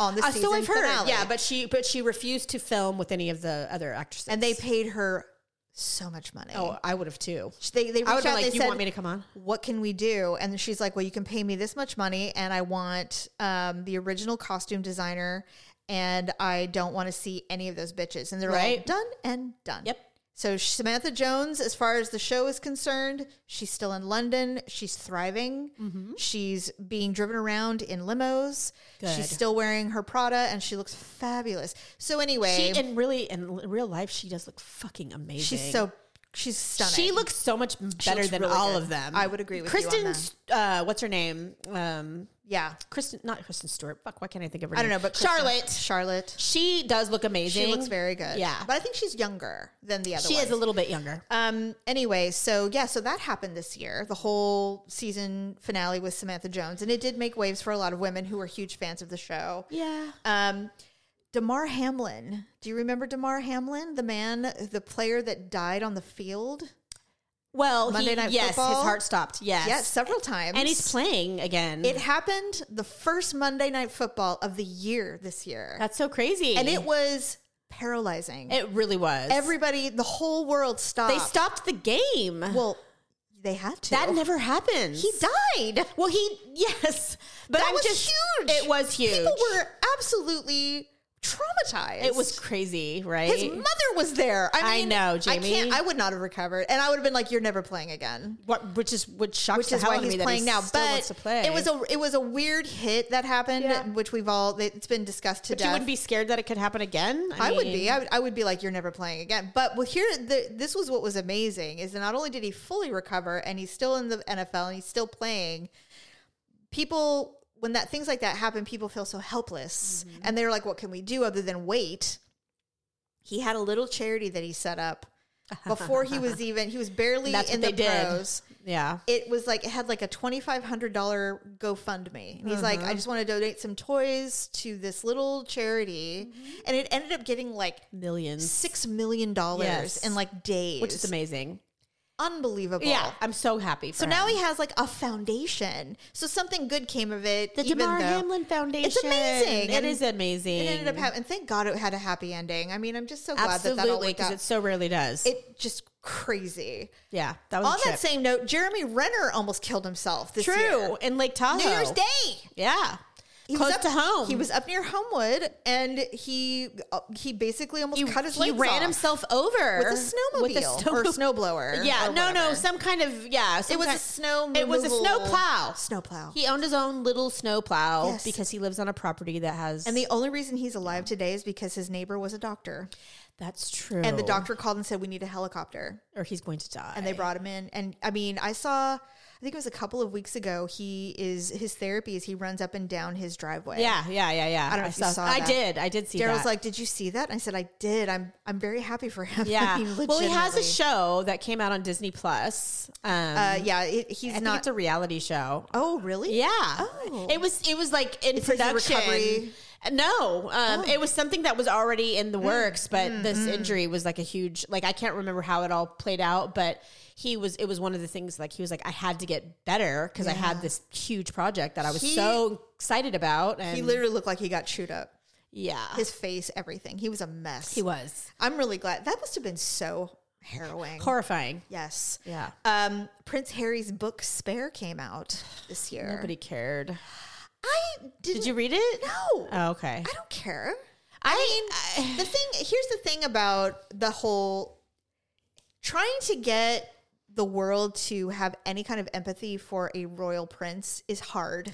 [SPEAKER 1] on the
[SPEAKER 2] Uh,
[SPEAKER 1] season
[SPEAKER 2] so I've heard,
[SPEAKER 1] finale.
[SPEAKER 2] yeah, but she but she refused to film with any of the other actresses.
[SPEAKER 1] and they paid her so much money.
[SPEAKER 2] oh, I would have too.
[SPEAKER 1] They they reached
[SPEAKER 2] I would
[SPEAKER 1] out.
[SPEAKER 2] have like,
[SPEAKER 1] they
[SPEAKER 2] you
[SPEAKER 1] said,
[SPEAKER 2] want me to come on?
[SPEAKER 1] "What can we do?" And she's like, "Well, you can pay me this much money, and I want um, the original costume designer, and I don't want to see any of those bitches." And they're all
[SPEAKER 2] Right.
[SPEAKER 1] done and done.
[SPEAKER 2] Yep.
[SPEAKER 1] So Samantha Jones, as far as the show is concerned, she's still in London. She's thriving.
[SPEAKER 2] Mm-hmm.
[SPEAKER 1] She's being driven around in limos.
[SPEAKER 2] Good.
[SPEAKER 1] She's still wearing her Prada, and she looks fabulous. So anyway,
[SPEAKER 2] She and really in l- real life, she does look fucking amazing.
[SPEAKER 1] she's so she's stunning.
[SPEAKER 2] she looks so much better
[SPEAKER 1] looks
[SPEAKER 2] than
[SPEAKER 1] really
[SPEAKER 2] all
[SPEAKER 1] good.
[SPEAKER 2] of them.
[SPEAKER 1] I would agree with you on
[SPEAKER 2] Kristen. Uh, what's her name? Um,
[SPEAKER 1] yeah.
[SPEAKER 2] Kristen, not Kristen Stewart. Fuck, why can't I think of her?
[SPEAKER 1] I don't know, but Kristen-
[SPEAKER 2] Charlotte.
[SPEAKER 1] Charlotte,
[SPEAKER 2] She does look amazing.
[SPEAKER 1] she looks very good.
[SPEAKER 2] Yeah,
[SPEAKER 1] but I think she's younger than the other.
[SPEAKER 2] she is
[SPEAKER 1] ones.
[SPEAKER 2] a little bit younger.
[SPEAKER 1] Um, anyway, so yeah, so that happened this year. The whole season finale with Samantha Jones, and it did make waves for a lot of women who were huge fans of the show.
[SPEAKER 2] yeah.
[SPEAKER 1] Um, Damar Hamlin, do you remember Damar Hamlin, the man, the player that died on the field?
[SPEAKER 2] Well,
[SPEAKER 1] Monday
[SPEAKER 2] he,
[SPEAKER 1] Night
[SPEAKER 2] yes, his
[SPEAKER 1] Football?
[SPEAKER 2] heart stopped. Yes.
[SPEAKER 1] Yes, several times.
[SPEAKER 2] And he's playing again.
[SPEAKER 1] it happened the first Monday Night Football of the year this year,
[SPEAKER 2] That's so crazy.
[SPEAKER 1] and it was paralyzing.
[SPEAKER 2] It really was.
[SPEAKER 1] Everybody, the whole world stopped.
[SPEAKER 2] they stopped the game.
[SPEAKER 1] Well, they had to.
[SPEAKER 2] that never happens.
[SPEAKER 1] he died.
[SPEAKER 2] well, he yes, but
[SPEAKER 1] That
[SPEAKER 2] I'm
[SPEAKER 1] was
[SPEAKER 2] just,
[SPEAKER 1] huge.
[SPEAKER 2] It was huge.
[SPEAKER 1] people were absolutely traumatized.
[SPEAKER 2] it was crazy, right?
[SPEAKER 1] his mother was there. I,
[SPEAKER 2] I
[SPEAKER 1] mean,
[SPEAKER 2] know,
[SPEAKER 1] I
[SPEAKER 2] Jamie.
[SPEAKER 1] can't. I would not have recovered, and I would have been like, "You're never playing again,"
[SPEAKER 2] What- which is which shocks
[SPEAKER 1] which
[SPEAKER 2] the
[SPEAKER 1] is
[SPEAKER 2] hell out
[SPEAKER 1] why
[SPEAKER 2] of me
[SPEAKER 1] he's
[SPEAKER 2] that
[SPEAKER 1] playing
[SPEAKER 2] he
[SPEAKER 1] now.
[SPEAKER 2] still
[SPEAKER 1] But
[SPEAKER 2] wants to play.
[SPEAKER 1] it was a it was a weird hit that happened,
[SPEAKER 2] Yeah.
[SPEAKER 1] which we've all it's been discussed to
[SPEAKER 2] But you
[SPEAKER 1] death.
[SPEAKER 2] wouldn't be scared that it could happen again.
[SPEAKER 1] I would be.
[SPEAKER 2] mean,
[SPEAKER 1] I would, I would be like, you're never playing again. But well, here, the, this was what was amazing is that not only did he fully recover and he's still in the NFL and he's still playing. People, when that things like that happen, people feel so helpless
[SPEAKER 2] Mm-hmm.
[SPEAKER 1] and they're like, what can we do other than wait? He had a little charity that he set up before he was even. He was barely
[SPEAKER 2] That's
[SPEAKER 1] in
[SPEAKER 2] what
[SPEAKER 1] the
[SPEAKER 2] they did.
[SPEAKER 1] pros
[SPEAKER 2] Yeah.
[SPEAKER 1] it was like it had like a twenty five hundred dollar GoFundMe, and he's like,
[SPEAKER 2] Uh-huh.
[SPEAKER 1] I just want to donate some toys to this little charity,
[SPEAKER 2] Mm-hmm.
[SPEAKER 1] and it ended up getting like
[SPEAKER 2] Millions.
[SPEAKER 1] six million dollars
[SPEAKER 2] Yes.
[SPEAKER 1] in like days,
[SPEAKER 2] Which is amazing.
[SPEAKER 1] unbelievable.
[SPEAKER 2] Yeah. I'm so happy. For
[SPEAKER 1] So now he has like a foundation. So something good came of it.
[SPEAKER 2] the
[SPEAKER 1] even
[SPEAKER 2] Damar
[SPEAKER 1] though-
[SPEAKER 2] Hamlin Foundation.
[SPEAKER 1] amazing.
[SPEAKER 2] It
[SPEAKER 1] And
[SPEAKER 2] is amazing.
[SPEAKER 1] It ended up having, and thank God it had a happy ending. I mean, I'm just so glad that that all
[SPEAKER 2] Absolutely,
[SPEAKER 1] worked
[SPEAKER 2] because
[SPEAKER 1] out.
[SPEAKER 2] it so rarely does.
[SPEAKER 1] it just crazy.
[SPEAKER 2] Yeah, that was
[SPEAKER 1] On
[SPEAKER 2] a trip.
[SPEAKER 1] that same note, Jeremy Renner almost killed himself this
[SPEAKER 2] Oh, true Oh.
[SPEAKER 1] year.
[SPEAKER 2] in Lake Tahoe.
[SPEAKER 1] New Year's Day.
[SPEAKER 2] Yeah,
[SPEAKER 1] He was
[SPEAKER 2] close
[SPEAKER 1] up-
[SPEAKER 2] to home.
[SPEAKER 1] He was up near Homewood, and he uh, he basically almost
[SPEAKER 2] He,
[SPEAKER 1] cut his
[SPEAKER 2] he
[SPEAKER 1] legs
[SPEAKER 2] ran
[SPEAKER 1] off
[SPEAKER 2] himself over
[SPEAKER 1] with a snowmobile
[SPEAKER 2] with a
[SPEAKER 1] or
[SPEAKER 2] snowmo-
[SPEAKER 1] snowblower.
[SPEAKER 2] Yeah,
[SPEAKER 1] or
[SPEAKER 2] no, no,
[SPEAKER 1] whatever.
[SPEAKER 2] some kind of yeah. some
[SPEAKER 1] it was
[SPEAKER 2] kind-
[SPEAKER 1] a snow.
[SPEAKER 2] It was a
[SPEAKER 1] removal-
[SPEAKER 2] snow plow.
[SPEAKER 1] Snow plow.
[SPEAKER 2] He owned his own little snow plow
[SPEAKER 1] Yes.
[SPEAKER 2] because he lives on a property that has.
[SPEAKER 1] and the only reason he's alive today is because his neighbor was a doctor,
[SPEAKER 2] that's true.
[SPEAKER 1] and the doctor called and said we need a helicopter.
[SPEAKER 2] or he's going to die.
[SPEAKER 1] and they brought him in and i mean i saw i think it was a couple of weeks ago he is his therapy is he runs up and down his driveway
[SPEAKER 2] Yeah, yeah, yeah, yeah.
[SPEAKER 1] I don't know if you saw
[SPEAKER 2] I
[SPEAKER 1] that.
[SPEAKER 2] did. I did see.
[SPEAKER 1] daryl's
[SPEAKER 2] that.
[SPEAKER 1] like did you see that and i said i did i'm i'm very happy for him I
[SPEAKER 2] yeah.
[SPEAKER 1] mean,
[SPEAKER 2] well, he has a
[SPEAKER 1] legitimately.
[SPEAKER 2] show that came out on Disney Plus. Um,
[SPEAKER 1] uh, yeah it, he's
[SPEAKER 2] I think
[SPEAKER 1] not
[SPEAKER 2] it's a reality show.
[SPEAKER 1] oh really
[SPEAKER 2] Yeah.
[SPEAKER 1] Oh.
[SPEAKER 2] It was it was like in
[SPEAKER 1] It's like the
[SPEAKER 2] production.
[SPEAKER 1] recovery- Oh. Mm,
[SPEAKER 2] No, um, it was something that was already in the works, but this injury was like a huge. Like I can't remember how it all played out, but he was. It was one of the things. Like he was like, I had to get better because I had this huge project that I was
[SPEAKER 1] He-
[SPEAKER 2] so excited about, and
[SPEAKER 1] he literally looked like he got chewed up
[SPEAKER 2] yeah,
[SPEAKER 1] his face everything he was a mess
[SPEAKER 2] he was
[SPEAKER 1] i'm really glad that must have been so harrowing
[SPEAKER 2] horrifying.
[SPEAKER 1] yes
[SPEAKER 2] Yeah,
[SPEAKER 1] um, prince harry's book spare came out this year
[SPEAKER 2] nobody cared.
[SPEAKER 1] i didn't
[SPEAKER 2] Oh Did you read it?
[SPEAKER 1] know
[SPEAKER 2] Oh, okay.
[SPEAKER 1] i don't care
[SPEAKER 2] I, I-
[SPEAKER 1] the thing here's the thing about the whole trying to get the world to have any kind of empathy for a royal prince is hard.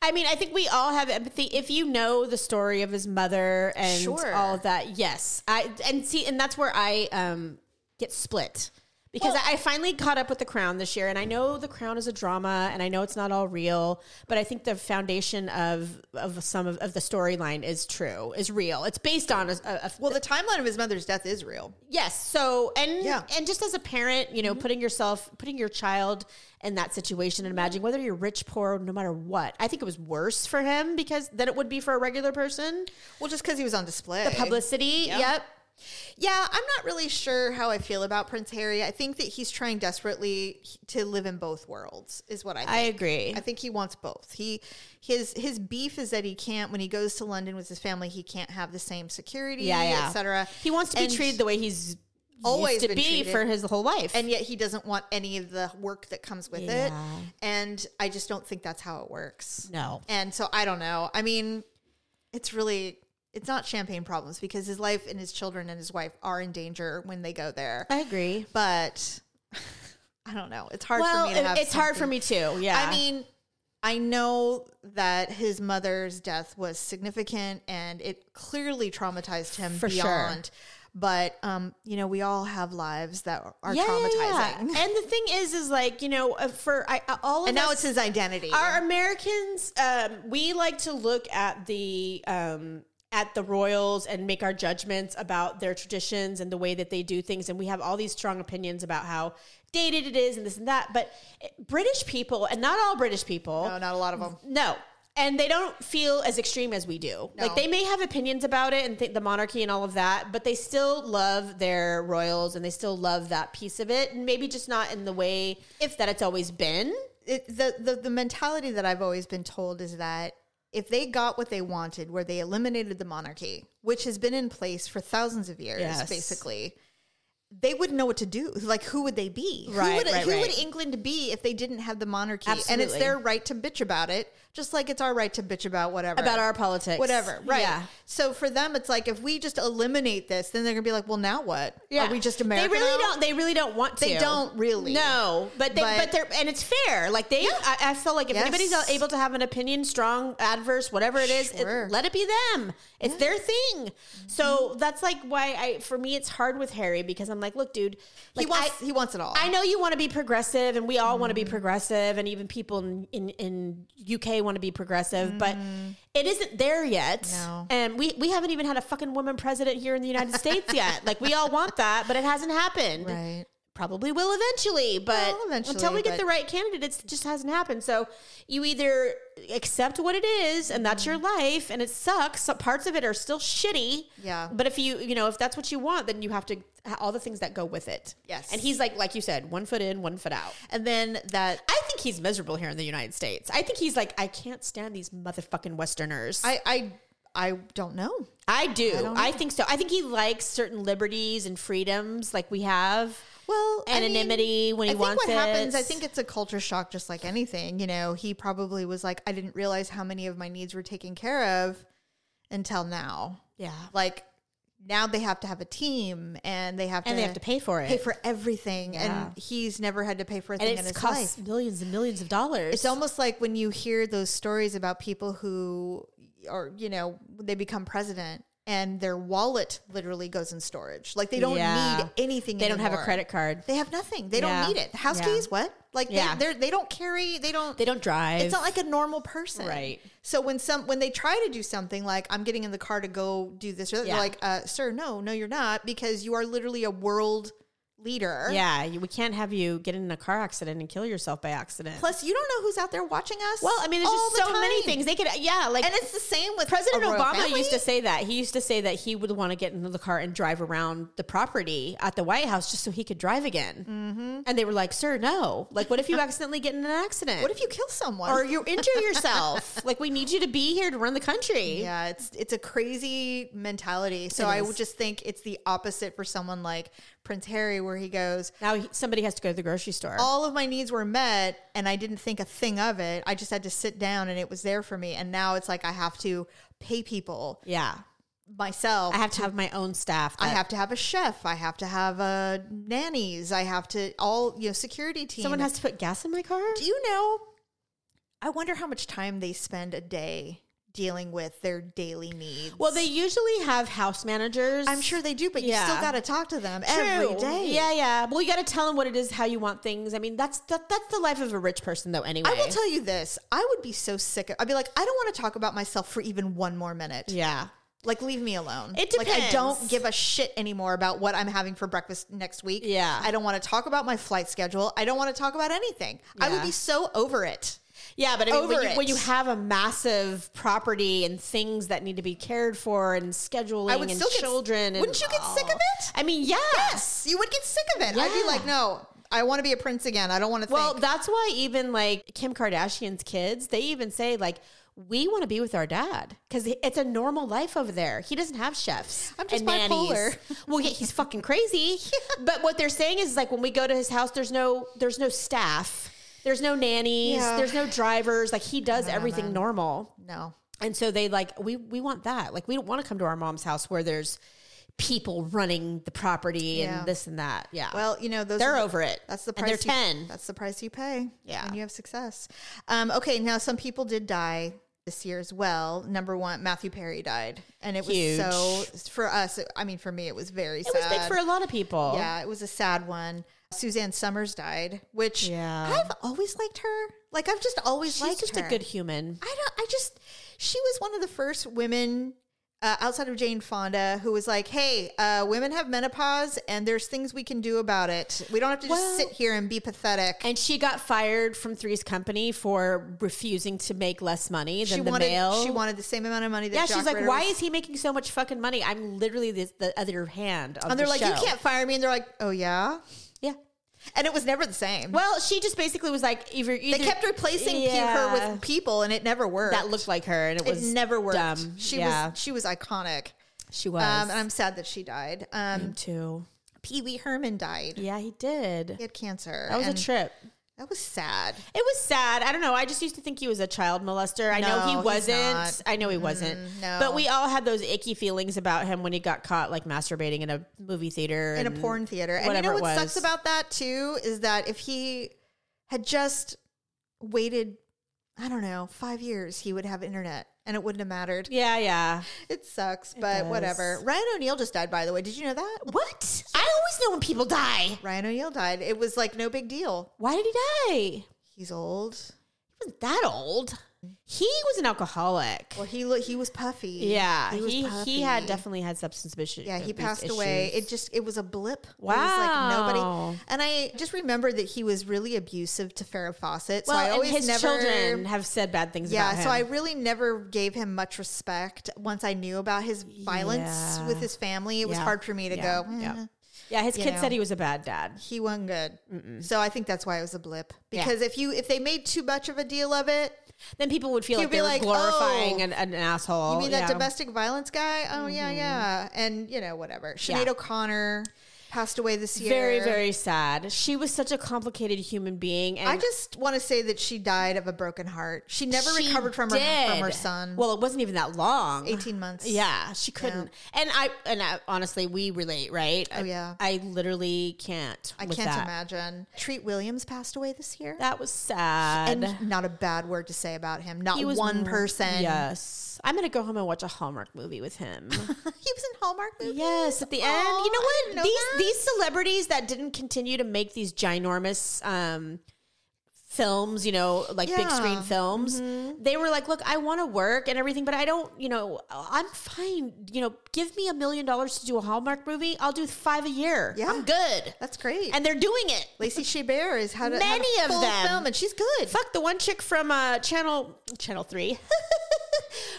[SPEAKER 2] I mean, I think we all have empathy if you know the story of his mother and
[SPEAKER 1] Sure.
[SPEAKER 2] all of that. Yes, I and see, and that's where I um, get split because
[SPEAKER 1] Well-
[SPEAKER 2] I finally caught up with the Crown this year, and I know the Crown is a drama, and I know it's not all real, but I think the foundation of of some of, of the storyline is true, is real. It's based on a, a, a
[SPEAKER 1] Well, the timeline of his mother's death is real.
[SPEAKER 2] Yes. So and
[SPEAKER 1] Yeah. Mm-hmm.
[SPEAKER 2] and just as a parent, you know, putting yourself, putting your child in that situation and imagining whether you're rich, poor, no matter what. I think it was worse for him because than it would be for a regular person.
[SPEAKER 1] Well, just because he was on display. The
[SPEAKER 2] Publicity. Yep.
[SPEAKER 1] Yeah, I'm not really sure how I feel about Prince Harry. I think that he's trying desperately to live in both worlds, is what I think.
[SPEAKER 2] I agree.
[SPEAKER 1] I think he wants both. He his his beef is that he can't when he goes to London with his family, he can't have the same security,
[SPEAKER 2] yeah, yeah.
[SPEAKER 1] etc.
[SPEAKER 2] He wants to be
[SPEAKER 1] And-
[SPEAKER 2] treated the way he's
[SPEAKER 1] Always
[SPEAKER 2] always used to
[SPEAKER 1] been
[SPEAKER 2] be
[SPEAKER 1] treated.
[SPEAKER 2] for his whole life.
[SPEAKER 1] and yet he doesn't want any of the work that comes with it.
[SPEAKER 2] Yeah.
[SPEAKER 1] And I just don't think that's how it works.
[SPEAKER 2] no.
[SPEAKER 1] And so I don't know. I mean, it's really it's not champagne problems because his life and his children and his wife are in danger when they go there.
[SPEAKER 2] I agree.
[SPEAKER 1] But I don't know. It's hard
[SPEAKER 2] Well,
[SPEAKER 1] for me to have
[SPEAKER 2] it- it's hard for
[SPEAKER 1] something-
[SPEAKER 2] me too. Yeah.
[SPEAKER 1] I mean, I know that his mother's death was significant and it clearly traumatized him
[SPEAKER 2] For sure.
[SPEAKER 1] beyond. But um, you know, we all have lives that are
[SPEAKER 2] yeah.
[SPEAKER 1] traumatizing.
[SPEAKER 2] And the thing is, is like you know, uh, for I, uh, all of
[SPEAKER 1] And now
[SPEAKER 2] us-
[SPEAKER 1] it's his identity.
[SPEAKER 2] Our Americans, um, we like to look at the um, at the royals and make our judgments about their traditions and the way that they do things, and we have all these strong opinions about how dated it is and this and that. But eh, British people, and not all British people,
[SPEAKER 1] no, not a lot of them.
[SPEAKER 2] no. And they don't feel as extreme as we do. Like they may have opinions about it and think the monarchy and all of that, but they still love their royals and they still love that piece of it. And maybe just not in the way if that it's always been.
[SPEAKER 1] It, the, the the mentality that I've always been told is that if they got what they wanted, where they eliminated the monarchy, which has been in place for thousands of years,
[SPEAKER 2] Yes.
[SPEAKER 1] basically, they wouldn't know what to do. Like, who would they be?
[SPEAKER 2] Right,
[SPEAKER 1] who would,
[SPEAKER 2] right,
[SPEAKER 1] who would
[SPEAKER 2] right.
[SPEAKER 1] England be if they didn't have the monarchy? And it's
[SPEAKER 2] Absolutely.
[SPEAKER 1] their right to bitch about it, just like it's our right to bitch about whatever
[SPEAKER 2] about our politics,
[SPEAKER 1] whatever. Right.
[SPEAKER 2] Yeah.
[SPEAKER 1] So for them, it's like if we just eliminate this, then they're gonna be like, well, now what? Are we just American?
[SPEAKER 2] They really
[SPEAKER 1] now?
[SPEAKER 2] don't. They really don't want to.
[SPEAKER 1] They don't really.
[SPEAKER 2] No, but they. But,
[SPEAKER 1] But-
[SPEAKER 2] they're and it's fair. Like they. I, I feel like if
[SPEAKER 1] Yes.
[SPEAKER 2] anybody's able to have an opinion, strong, adverse, whatever it is, it-
[SPEAKER 1] Sure. Mm-hmm.
[SPEAKER 2] let it be them. It's their thing. So that's like why I. For me, it's hard with Harry because I'm like, look, dude. Like
[SPEAKER 1] he wants
[SPEAKER 2] I,
[SPEAKER 1] he wants it all.
[SPEAKER 2] I know you want to be progressive, and we all want to be progressive, and even people in in, in UK want to be progressive, but it isn't there yet.
[SPEAKER 1] Mm. No.
[SPEAKER 2] And we we haven't even had a fucking woman president here in the United States yet. Like we all want that, but it hasn't happened.
[SPEAKER 1] right.
[SPEAKER 2] Probably will eventually, but
[SPEAKER 1] Well, eventually,
[SPEAKER 2] until we get
[SPEAKER 1] but-
[SPEAKER 2] the right candidates, it just hasn't happened. So you either accept what it is, and that's your
[SPEAKER 1] Mm-hmm.
[SPEAKER 2] life, and it sucks. So parts of it are still shitty.
[SPEAKER 1] Yeah.
[SPEAKER 2] But if you you know if that's what you want, then you have to all the things that go with it.
[SPEAKER 1] Yes.
[SPEAKER 2] And he's like like you said, one foot in, one foot out.
[SPEAKER 1] And then that
[SPEAKER 2] I think he's miserable here in the United States. I think he's like I can't stand these motherfucking Westerners.
[SPEAKER 1] I I I don't know.
[SPEAKER 2] I do.
[SPEAKER 1] don't
[SPEAKER 2] I, think so. I think he likes certain liberties and freedoms like we have.
[SPEAKER 1] Well, I mean,
[SPEAKER 2] anonymity when he
[SPEAKER 1] I think
[SPEAKER 2] wants
[SPEAKER 1] what happens,
[SPEAKER 2] it.
[SPEAKER 1] I think it's a culture shock, just like anything. You know, he probably was like, I didn't realize how many of my needs were taken care of until now.
[SPEAKER 2] yeah,
[SPEAKER 1] Like now they have to have a team and they have
[SPEAKER 2] and
[SPEAKER 1] to,
[SPEAKER 2] they have to pay for it,
[SPEAKER 1] pay for everything,
[SPEAKER 2] Yeah.
[SPEAKER 1] and he's never had to pay for a
[SPEAKER 2] and
[SPEAKER 1] thing in
[SPEAKER 2] it
[SPEAKER 1] his
[SPEAKER 2] costs
[SPEAKER 1] life.
[SPEAKER 2] millions and millions of dollars.
[SPEAKER 1] It's almost like when you hear those stories about people who are, you know, they become president and their wallet literally goes in storage. Like they don't
[SPEAKER 2] Yeah.
[SPEAKER 1] need anything.
[SPEAKER 2] they don't have a
[SPEAKER 1] anymore.
[SPEAKER 2] credit card.
[SPEAKER 1] They have nothing. They
[SPEAKER 2] Yeah.
[SPEAKER 1] don't need it. House
[SPEAKER 2] Yeah.
[SPEAKER 1] keys, what? Like
[SPEAKER 2] Yeah.
[SPEAKER 1] they they they don't carry. They don't.
[SPEAKER 2] They don't drive.
[SPEAKER 1] it's not like a normal person,
[SPEAKER 2] Right.
[SPEAKER 1] So when some when they try to do something like I'm getting in the car to go do this, or that,
[SPEAKER 2] Yeah.
[SPEAKER 1] they're like, uh, "Sir, no, no, you're not, because you are literally a world leader."
[SPEAKER 2] yeah, you- we can't have you get in a car accident and kill yourself by accident.
[SPEAKER 1] Plus, you don't know who's out there watching us.
[SPEAKER 2] well, I mean, there's
[SPEAKER 1] all
[SPEAKER 2] just
[SPEAKER 1] the
[SPEAKER 2] so many
[SPEAKER 1] time.
[SPEAKER 2] things they could. Yeah, like
[SPEAKER 1] and it's the same with
[SPEAKER 2] President
[SPEAKER 1] a royal
[SPEAKER 2] Obama
[SPEAKER 1] family.
[SPEAKER 2] used to say that. He used to say that he would want to get into the car and drive around the property at the White House just so he could drive again. Mm-hmm. And they were like, "Sir, no. Like, what if you accidentally get in an accident?
[SPEAKER 1] "What if you kill someone?"
[SPEAKER 2] or you injure yourself? like, we need you to be here to run the country."
[SPEAKER 1] Yeah, it's it's a crazy mentality. So
[SPEAKER 2] It
[SPEAKER 1] I
[SPEAKER 2] is.
[SPEAKER 1] would just think it's the opposite for someone like Prince Harry, where he goes,
[SPEAKER 2] Now he- somebody has to go to the grocery store.
[SPEAKER 1] all of my needs were met and I didn't think a thing of it. I just had to sit down and it was there for me. And now it's like I have to pay people
[SPEAKER 2] yeah,
[SPEAKER 1] myself.
[SPEAKER 2] I have to have my own staff.
[SPEAKER 1] I
[SPEAKER 2] that-
[SPEAKER 1] have to have a chef. I have to have uh, nannies. I have to all you know security team.
[SPEAKER 2] someone has to put gas in my car.
[SPEAKER 1] Do you know? I wonder how much time they spend a day dealing with their daily needs.
[SPEAKER 2] Well, they usually have house managers.
[SPEAKER 1] I'm sure they do, but you
[SPEAKER 2] Yeah.
[SPEAKER 1] still got to talk to them
[SPEAKER 2] True.
[SPEAKER 1] every day.
[SPEAKER 2] Yeah, yeah. Well, you got to tell them what it is, how you want things. I mean, that's that, that's the life of a rich person, though. Anyway,
[SPEAKER 1] I will tell you this. I would be so sick. Of, I'd be like, I don't want to talk about myself for even one more minute.
[SPEAKER 2] Yeah.
[SPEAKER 1] Like, leave me alone.
[SPEAKER 2] It
[SPEAKER 1] Like, I
[SPEAKER 2] depends.
[SPEAKER 1] don't give a shit anymore about what I'm having for breakfast next week.
[SPEAKER 2] Yeah.
[SPEAKER 1] I don't want to talk about my flight schedule. I don't want to talk about anything. I
[SPEAKER 2] Yeah.
[SPEAKER 1] would be so over it.
[SPEAKER 2] Yeah, but I mean, when
[SPEAKER 1] Over
[SPEAKER 2] you, when
[SPEAKER 1] it.
[SPEAKER 2] you have a massive property and things that need to be cared for and scheduling
[SPEAKER 1] I would
[SPEAKER 2] and
[SPEAKER 1] still get-
[SPEAKER 2] children, and-
[SPEAKER 1] wouldn't you get sick of it?
[SPEAKER 2] I mean, yes.
[SPEAKER 1] Yes, you would get sick of it. I'd
[SPEAKER 2] Yeah.
[SPEAKER 1] be like, no, I want to be a prince again. I don't want to think.
[SPEAKER 2] Well, that's why even like Kim Kardashian's kids, they even say like. We want to be with our dad because it's a normal life over there. He doesn't have chefs.
[SPEAKER 1] I'm just
[SPEAKER 2] and nannies.
[SPEAKER 1] bipolar.
[SPEAKER 2] Well, yeah, he's fucking crazy. But what they're saying is like when we go to his house, there's no there's no staff, there's no nannies,
[SPEAKER 1] Yeah.
[SPEAKER 2] there's no drivers. Like he does everything
[SPEAKER 1] man.
[SPEAKER 2] normal.
[SPEAKER 1] no.
[SPEAKER 2] And so they like we we want that. Like we don't want to come to our mom's house where there's people running the property
[SPEAKER 1] Yeah.
[SPEAKER 2] and this and that. Yeah.
[SPEAKER 1] Well, you know, those
[SPEAKER 2] they're
[SPEAKER 1] are the-
[SPEAKER 2] over it.
[SPEAKER 1] That's the
[SPEAKER 2] And
[SPEAKER 1] price.
[SPEAKER 2] they're
[SPEAKER 1] you-
[SPEAKER 2] ten.
[SPEAKER 1] That's the price you pay.
[SPEAKER 2] Yeah.
[SPEAKER 1] When you have success. Um, okay, now some people did die this year as well. Number one, Matthew Perry died. And it
[SPEAKER 2] Huge.
[SPEAKER 1] was so for us, it- I mean for me it was very
[SPEAKER 2] It
[SPEAKER 1] sad.
[SPEAKER 2] was big for a lot of people.
[SPEAKER 1] yeah, it was a sad one. Suzanne Summers died, which
[SPEAKER 2] Yeah.
[SPEAKER 1] I've always liked her. Like I've just always
[SPEAKER 2] She's
[SPEAKER 1] liked
[SPEAKER 2] just
[SPEAKER 1] her.
[SPEAKER 2] a good human.
[SPEAKER 1] I don't. I just she was one of the first women uh, outside of Jane Fonda who was like, "Hey, uh, women have menopause, and there's things we can do about it. We don't have to
[SPEAKER 2] Well-
[SPEAKER 1] just sit here and be pathetic."
[SPEAKER 2] And she got fired from Three's Company for refusing to make less money than
[SPEAKER 1] she
[SPEAKER 2] the
[SPEAKER 1] wanted
[SPEAKER 2] male.
[SPEAKER 1] she wanted the same amount of money. That
[SPEAKER 2] yeah,
[SPEAKER 1] Jock
[SPEAKER 2] she's like,
[SPEAKER 1] Ritter
[SPEAKER 2] why
[SPEAKER 1] was-
[SPEAKER 2] is he making so much fucking money? I'm literally the, the other hand. Of
[SPEAKER 1] And they're
[SPEAKER 2] the
[SPEAKER 1] like,
[SPEAKER 2] show.
[SPEAKER 1] "You can't fire me," and they're like, "Oh yeah,"
[SPEAKER 2] Yeah.
[SPEAKER 1] and it was never the same.
[SPEAKER 2] Well, she just basically was like, either,
[SPEAKER 1] they
[SPEAKER 2] either
[SPEAKER 1] kept replacing pe-
[SPEAKER 2] Yeah.
[SPEAKER 1] her with people, and it never worked.
[SPEAKER 2] that looked like her, and it,
[SPEAKER 1] it
[SPEAKER 2] was
[SPEAKER 1] never worked.
[SPEAKER 2] Dumb.
[SPEAKER 1] She
[SPEAKER 2] yeah,
[SPEAKER 1] was she was iconic,
[SPEAKER 2] she was.
[SPEAKER 1] um, and I'm sad that she died. Um,
[SPEAKER 2] too.
[SPEAKER 1] Pee Wee Herman died.
[SPEAKER 2] Mm. Yeah, he did.
[SPEAKER 1] He had cancer.
[SPEAKER 2] That was
[SPEAKER 1] and
[SPEAKER 2] a trip.
[SPEAKER 1] That was sad.
[SPEAKER 2] It was sad. I don't know. I just used to think he was a child molester. I know
[SPEAKER 1] No,
[SPEAKER 2] he
[SPEAKER 1] he's
[SPEAKER 2] wasn't.
[SPEAKER 1] not.
[SPEAKER 2] I know he wasn't.
[SPEAKER 1] no.
[SPEAKER 2] But we all had those icky feelings about him when he got caught like masturbating in a movie theater
[SPEAKER 1] in a
[SPEAKER 2] and-
[SPEAKER 1] porn theater. And you
[SPEAKER 2] whatever
[SPEAKER 1] know
[SPEAKER 2] it
[SPEAKER 1] what
[SPEAKER 2] was.
[SPEAKER 1] sucks about that too is that if he had just waited, I don't know, five years, he would have internet and it wouldn't have mattered.
[SPEAKER 2] Yeah, yeah.
[SPEAKER 1] It sucks, but
[SPEAKER 2] does.
[SPEAKER 1] whatever. Ryan O'Neal just died, by the way. Did you know that?
[SPEAKER 2] What? I always know when people die.
[SPEAKER 1] Ryan O'Neal died. It was like no big deal.
[SPEAKER 2] Why did he die? He
[SPEAKER 1] He's old.
[SPEAKER 2] wasn't that old. He was an alcoholic.
[SPEAKER 1] Well, he look he was puffy.
[SPEAKER 2] yeah,
[SPEAKER 1] was
[SPEAKER 2] he he, had
[SPEAKER 1] puffy.
[SPEAKER 2] definitely had substance abuse.
[SPEAKER 1] Yeah, he
[SPEAKER 2] abuse
[SPEAKER 1] passed away.
[SPEAKER 2] issues.
[SPEAKER 1] It just it was a blip. It was like
[SPEAKER 2] Wow.
[SPEAKER 1] nobody. And I just remember that he was really abusive to Farrah Fawcett. So
[SPEAKER 2] well,
[SPEAKER 1] I
[SPEAKER 2] and
[SPEAKER 1] always
[SPEAKER 2] his
[SPEAKER 1] never
[SPEAKER 2] children have said bad things
[SPEAKER 1] Yeah,
[SPEAKER 2] about him.
[SPEAKER 1] so I really never gave him much respect once I knew about his violence
[SPEAKER 2] Yeah.
[SPEAKER 1] with his family. It was
[SPEAKER 2] Yeah.
[SPEAKER 1] hard for me to
[SPEAKER 2] Yeah.
[SPEAKER 1] go.
[SPEAKER 2] Yeah.
[SPEAKER 1] "Eh,
[SPEAKER 2] Yeah, his
[SPEAKER 1] you
[SPEAKER 2] kid
[SPEAKER 1] know.
[SPEAKER 2] said he was a bad dad.
[SPEAKER 1] He wasn't good. So I think that's why it was a blip.
[SPEAKER 2] Yeah.
[SPEAKER 1] Because if you if they made too much of a deal of it,
[SPEAKER 2] Then people would feel
[SPEAKER 1] He'd
[SPEAKER 2] like
[SPEAKER 1] be
[SPEAKER 2] they were
[SPEAKER 1] like,
[SPEAKER 2] glorifying
[SPEAKER 1] "Oh,
[SPEAKER 2] an, an asshole.
[SPEAKER 1] you mean that
[SPEAKER 2] yeah. Mm-hmm.
[SPEAKER 1] domestic violence guy? Oh yeah, yeah. And you know, whatever. Sinead
[SPEAKER 2] Yeah.
[SPEAKER 1] O'Connor. passed away this year.
[SPEAKER 2] Very, very sad. She was such a complicated human being. And
[SPEAKER 1] I just want to say that she died of a broken heart. She never
[SPEAKER 2] she
[SPEAKER 1] recovered from her, from her
[SPEAKER 2] did.
[SPEAKER 1] son.
[SPEAKER 2] Well, it wasn't even that long.
[SPEAKER 1] 18 months.
[SPEAKER 2] Yeah, she couldn't. And I and I, honestly, we relate, right? Oh
[SPEAKER 1] yeah.
[SPEAKER 2] I, literally can't.
[SPEAKER 1] I
[SPEAKER 2] with
[SPEAKER 1] can't
[SPEAKER 2] that.
[SPEAKER 1] imagine. Treat Williams passed away this year.
[SPEAKER 2] That was sad.
[SPEAKER 1] and not a bad word to say about him. Not
[SPEAKER 2] He was
[SPEAKER 1] one
[SPEAKER 2] r-
[SPEAKER 1] person.
[SPEAKER 2] Yes, I'm gonna go home and watch a Hallmark movie with him.
[SPEAKER 1] he was in Hallmark movies.
[SPEAKER 2] yes, at the end,
[SPEAKER 1] Aw,
[SPEAKER 2] you know
[SPEAKER 1] Oh, I
[SPEAKER 2] what?
[SPEAKER 1] didn't know
[SPEAKER 2] these
[SPEAKER 1] that.
[SPEAKER 2] these celebrities that didn't continue to make these ginormous. Um, films you know like big
[SPEAKER 1] Yeah. Mm-hmm.
[SPEAKER 2] screen films they were like look i want to work and everything but i don't you know i'm fine you know give me a million dollars to do a hallmark movie i'll do five a year
[SPEAKER 1] Yeah.
[SPEAKER 2] i'm good
[SPEAKER 1] That's great.
[SPEAKER 2] and they're doing it
[SPEAKER 1] Lacey Chabert has had a, had a
[SPEAKER 2] Many of
[SPEAKER 1] full
[SPEAKER 2] them.
[SPEAKER 1] film, and she's good.
[SPEAKER 2] Fuck the one chick from uh, channel channel three,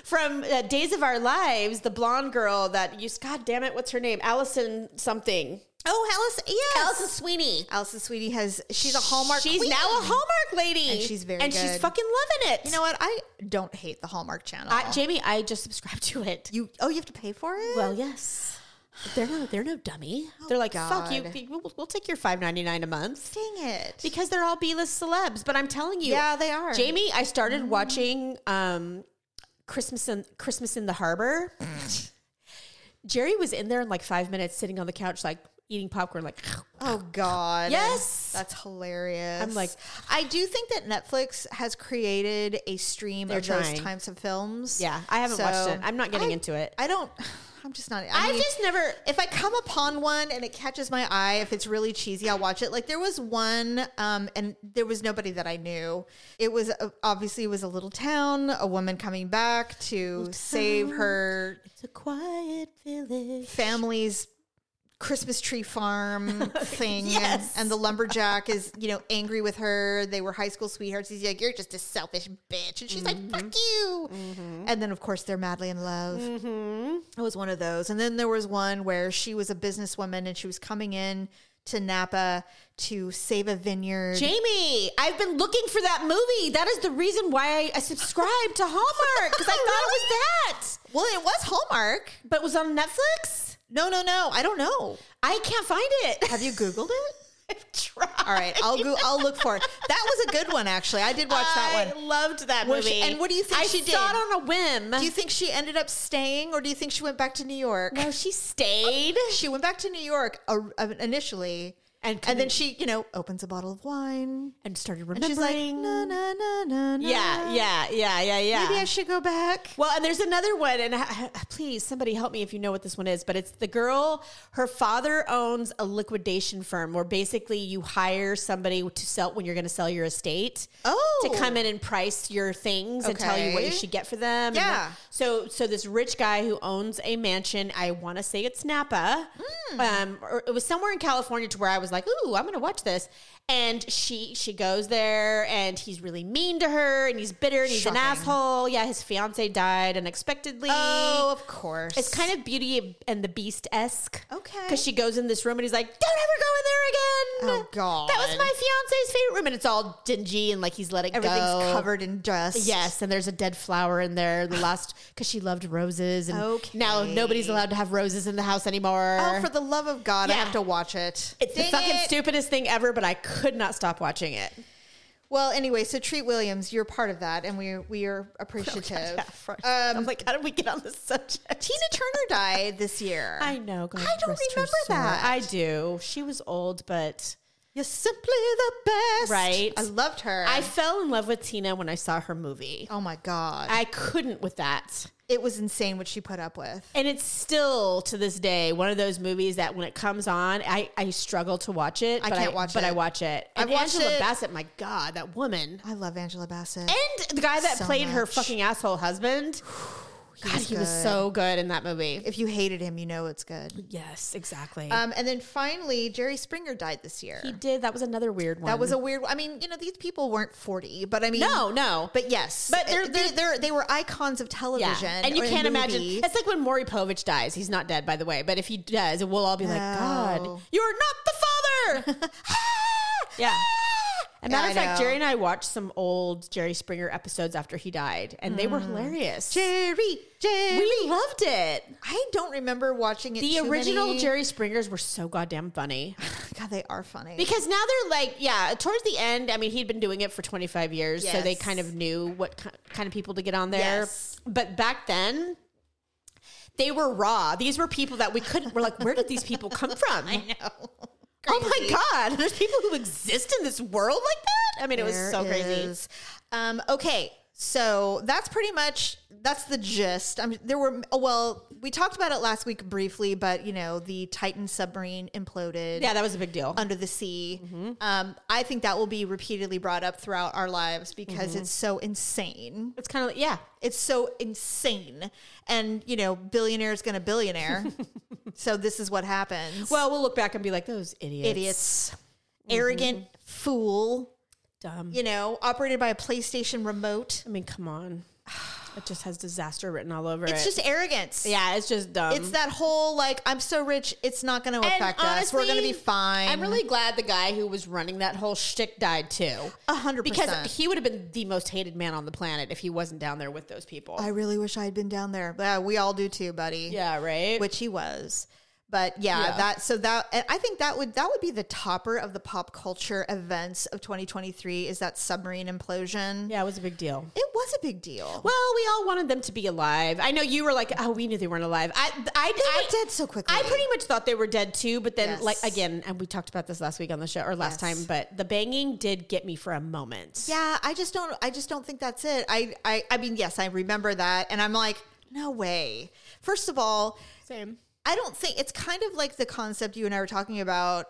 [SPEAKER 2] from uh, Days of Our Lives, the blonde girl that used. God damn it, what's her name? Allison something.
[SPEAKER 1] Oh, Alice, yes.
[SPEAKER 2] Allison Sweeney.
[SPEAKER 1] Allison Sweetie has she's a Hallmark.
[SPEAKER 2] She's
[SPEAKER 1] queen.
[SPEAKER 2] now a Hallmark lady,
[SPEAKER 1] And she's very
[SPEAKER 2] and she's
[SPEAKER 1] good.
[SPEAKER 2] fucking loving it.
[SPEAKER 1] You know what? I don't hate the Hallmark Channel.
[SPEAKER 2] I, Jamie, I just subscribed to it.
[SPEAKER 1] you oh, you have to pay for it.
[SPEAKER 2] well, yes, they're no, they're no dummy. Oh, they're like, fuck you.
[SPEAKER 1] God.
[SPEAKER 2] We'll, we'll take your five ninety nine a month
[SPEAKER 1] Dang it!
[SPEAKER 2] because they're all B list celebs. But I'm telling you,
[SPEAKER 1] yeah, they are.
[SPEAKER 2] Jamie, I started
[SPEAKER 1] Mm.
[SPEAKER 2] watching um, Christmas in Christmas in the Harbor.
[SPEAKER 1] Mm.
[SPEAKER 2] Jerry was in there in like five minutes, sitting on the couch, like eating popcorn. Like,
[SPEAKER 1] Oh God.
[SPEAKER 2] Yes.
[SPEAKER 1] That's hilarious.
[SPEAKER 2] I'm like-
[SPEAKER 1] I do think that Netflix has created a stream
[SPEAKER 2] They're
[SPEAKER 1] of
[SPEAKER 2] trying.
[SPEAKER 1] those types of films.
[SPEAKER 2] yeah, I haven't watched
[SPEAKER 1] So,
[SPEAKER 2] it. I'm not getting
[SPEAKER 1] I-
[SPEAKER 2] into it.
[SPEAKER 1] I don't I'm just not I,
[SPEAKER 2] I,
[SPEAKER 1] mean,
[SPEAKER 2] just never.
[SPEAKER 1] if I come upon one and it catches my eye, if it's really cheesy, I'll watch it. Like there was one, um, and there was nobody that I knew. It was uh, obviously it was a little town, a woman coming back to save her
[SPEAKER 2] It's a quiet village.
[SPEAKER 1] family's Christmas tree farm thing.
[SPEAKER 2] Yes.
[SPEAKER 1] And, and the lumberjack is, you know, angry with her. They were high school sweethearts. He's like, You're just a selfish bitch. And she's
[SPEAKER 2] Mm-hmm.
[SPEAKER 1] like, Fuck you. And then, of course, they're madly in love.
[SPEAKER 2] Mm-hmm.
[SPEAKER 1] It was one of those. And then there was one where she was a businesswoman and she was coming in to Napa to save a vineyard.
[SPEAKER 2] Jamie, I've been looking for that movie. That is the reason why I, I subscribed to Hallmark because I thought it was that.
[SPEAKER 1] well, it was Hallmark.
[SPEAKER 2] But it was on Netflix.
[SPEAKER 1] No, no, no. I don't know.
[SPEAKER 2] I can't find it.
[SPEAKER 1] Have you Googled it?
[SPEAKER 2] I've tried.
[SPEAKER 1] All right, I'll go. I'll look for it. That was a good one, actually. I did watch that one.
[SPEAKER 2] I loved that
[SPEAKER 1] Was
[SPEAKER 2] movie.
[SPEAKER 1] she- and what do you think
[SPEAKER 2] I
[SPEAKER 1] she did?
[SPEAKER 2] saw it on a whim.
[SPEAKER 1] Do you think she ended up staying, or do you think she went back to New York?
[SPEAKER 2] no, she stayed.
[SPEAKER 1] She went back to New York uh, uh, initially,
[SPEAKER 2] And
[SPEAKER 1] and then she, you know, opens a bottle of wine,
[SPEAKER 2] and started
[SPEAKER 1] and she's like,
[SPEAKER 2] remembering.
[SPEAKER 1] "Na na na na na."
[SPEAKER 2] yeah, yeah, yeah, yeah, yeah.
[SPEAKER 1] Maybe I should go back.
[SPEAKER 2] well, and there's another one, and I, I- please somebody help me if you know what this one is. But it's the girl. Her father owns a liquidation firm, where basically you hire somebody to sell when you're going to sell your estate.
[SPEAKER 1] Oh,
[SPEAKER 2] to come in and price your things and tell you what you
[SPEAKER 1] Okay.
[SPEAKER 2] should get for them. and
[SPEAKER 1] Yeah.
[SPEAKER 2] what- so so this rich guy who owns a mansion, I want to say it's Napa,
[SPEAKER 1] Hmm.
[SPEAKER 2] um, or it was somewhere in California to where I was like, ooh, I'm gonna watch this. And she she goes there, and he's really mean to her, and he's bitter, and he's
[SPEAKER 1] Shocking.
[SPEAKER 2] an asshole. Yeah, his fiance died unexpectedly.
[SPEAKER 1] Oh, of course.
[SPEAKER 2] It's kind of Beauty and the Beast esque.
[SPEAKER 1] Okay.
[SPEAKER 2] Because she goes in this room and he's like, don't ever go in there again.
[SPEAKER 1] Oh, God.
[SPEAKER 2] That was my fiance's favorite room. And it's all dingy and like he's let it
[SPEAKER 1] everything's
[SPEAKER 2] go.
[SPEAKER 1] covered in dust.
[SPEAKER 2] Yes. And there's a dead flower in there. The last, because she loved roses. And now
[SPEAKER 1] Okay.
[SPEAKER 2] nobody's allowed to have roses in the house anymore.
[SPEAKER 1] Oh, for the love of God, I
[SPEAKER 2] Yeah.
[SPEAKER 1] have to watch it.
[SPEAKER 2] it's the
[SPEAKER 1] Dang
[SPEAKER 2] fucking
[SPEAKER 1] it.
[SPEAKER 2] stupidest thing ever, but I could not stop watching it.
[SPEAKER 1] Well, anyway, so Treat Williams, you're part of that, and we we are appreciative. Um,
[SPEAKER 2] I'm like, how did we get on this subject?
[SPEAKER 1] Tina Turner died this year.
[SPEAKER 2] I know. God,
[SPEAKER 1] I don't
[SPEAKER 2] rest her
[SPEAKER 1] remember
[SPEAKER 2] soul.
[SPEAKER 1] that.
[SPEAKER 2] I do. She was old, but
[SPEAKER 1] You're simply the best.
[SPEAKER 2] Right.
[SPEAKER 1] I loved her.
[SPEAKER 2] I fell in love with Tina when I saw her movie.
[SPEAKER 1] oh my God.
[SPEAKER 2] I couldn't with that.
[SPEAKER 1] it was insane what she put up with.
[SPEAKER 2] And it's still to this day one of those movies that when it comes on, I, I struggle to watch it.
[SPEAKER 1] I
[SPEAKER 2] but
[SPEAKER 1] can't watch
[SPEAKER 2] but I
[SPEAKER 1] it.
[SPEAKER 2] watch it.
[SPEAKER 1] I've
[SPEAKER 2] And
[SPEAKER 1] watched
[SPEAKER 2] Angela
[SPEAKER 1] it.
[SPEAKER 2] Bassett, my God, that woman.
[SPEAKER 1] I love Angela Bassett.
[SPEAKER 2] And the guy that
[SPEAKER 1] So
[SPEAKER 2] played her
[SPEAKER 1] much.
[SPEAKER 2] fucking asshole husband. God,
[SPEAKER 1] was
[SPEAKER 2] he was
[SPEAKER 1] good.
[SPEAKER 2] so good in that movie.
[SPEAKER 1] if you hated him, you know it's good.
[SPEAKER 2] Yes, exactly.
[SPEAKER 1] Um, and then finally, Jerry Springer died this year.
[SPEAKER 2] he did. That was another weird one.
[SPEAKER 1] that was a weird. I mean, you know, these people weren't forty, but I mean,
[SPEAKER 2] no, no.
[SPEAKER 1] but yes,
[SPEAKER 2] But they're-
[SPEAKER 1] It- they they're- they were icons of
[SPEAKER 2] Yeah.
[SPEAKER 1] television,
[SPEAKER 2] And you
[SPEAKER 1] or
[SPEAKER 2] can't imagine.
[SPEAKER 1] movie.
[SPEAKER 2] It's like when Maury Povich dies. He's not dead, by the way. But if he does, we'll all be
[SPEAKER 1] No.
[SPEAKER 2] like, God, you're not the father. yeah. a matter
[SPEAKER 1] Yeah,
[SPEAKER 2] of
[SPEAKER 1] I
[SPEAKER 2] fact,
[SPEAKER 1] know.
[SPEAKER 2] Jerry and Ah! I watched some old Jerry Springer episodes after he died, and they were hilarious.
[SPEAKER 1] Jerry, Jerry.
[SPEAKER 2] we loved it.
[SPEAKER 1] I don't remember watching it.
[SPEAKER 2] The
[SPEAKER 1] too
[SPEAKER 2] original
[SPEAKER 1] many-
[SPEAKER 2] Jerry Springers were so goddamn funny.
[SPEAKER 1] God, they are funny.
[SPEAKER 2] Because now they're like, yeah, towards the end, I mean, he'd been doing it for 25 years, so they
[SPEAKER 1] Yes.
[SPEAKER 2] kind of knew what ki- kind of people to get on there.
[SPEAKER 1] Yes.
[SPEAKER 2] But back then, they were raw. These were people that we couldn't, we're like, where did these people come from?
[SPEAKER 1] no.
[SPEAKER 2] Oh my God, there's people who exist in this world like that? I mean, it was so crazy.
[SPEAKER 1] Um, okay, so that's pretty much that's the gist. I mean, there were oh, well, we talked about it last week briefly, but you know, the Titan submarine imploded
[SPEAKER 2] Yeah, Mm-hmm. that was a big deal.
[SPEAKER 1] under the sea. Um, I think that will be repeatedly brought up throughout our lives because
[SPEAKER 2] Mm-hmm.
[SPEAKER 1] it's so insane.
[SPEAKER 2] It's kind of like, yeah,
[SPEAKER 1] It's so insane, and you know, billionaire is going to billionaire. so this is what happens.
[SPEAKER 2] Well, Mm-hmm. we'll look back and be like, those idiots.
[SPEAKER 1] idiots, arrogant fool.
[SPEAKER 2] Dumb.
[SPEAKER 1] You know, operated by a PlayStation remote.
[SPEAKER 2] I mean, come on. It just has disaster written all over it.
[SPEAKER 1] It's just arrogance.
[SPEAKER 2] yeah, it's just dumb.
[SPEAKER 1] It's that whole like I'm so rich, it's not going to
[SPEAKER 2] And
[SPEAKER 1] affect us. We're going to be
[SPEAKER 2] honestly,
[SPEAKER 1] fine.
[SPEAKER 2] I'm really glad the guy who was running that whole shtick died too.
[SPEAKER 1] a hundred percent.
[SPEAKER 2] Because he would have been the most hated man on the planet if he wasn't down there with those people.
[SPEAKER 1] I really wish I had been down there. But yeah, we all do too, buddy.
[SPEAKER 2] yeah, right?
[SPEAKER 1] which he was. But yeah,
[SPEAKER 2] Yeah.
[SPEAKER 1] that so that and I think that would that would be the topper of the pop culture events of 2023 is that submarine implosion.
[SPEAKER 2] yeah, it was a big deal.
[SPEAKER 1] It was a big deal.
[SPEAKER 2] Well, we all wanted them to be alive. I know you were like, oh, we knew they weren't alive. I, I,
[SPEAKER 1] they
[SPEAKER 2] I,
[SPEAKER 1] were dead so quickly.
[SPEAKER 2] I pretty much thought they were dead too, but then,
[SPEAKER 1] Yes.
[SPEAKER 2] like, again, and we talked about this last week on the show or last
[SPEAKER 1] Yes.
[SPEAKER 2] time, but the banging did get me for a moment.
[SPEAKER 1] Yeah, I just don't. I just don't think that's it. I, I, I mean, yes, I remember that, and I'm like, no way. First of all,
[SPEAKER 2] Same.
[SPEAKER 1] I don't think it's kind of like the concept you and I were talking about.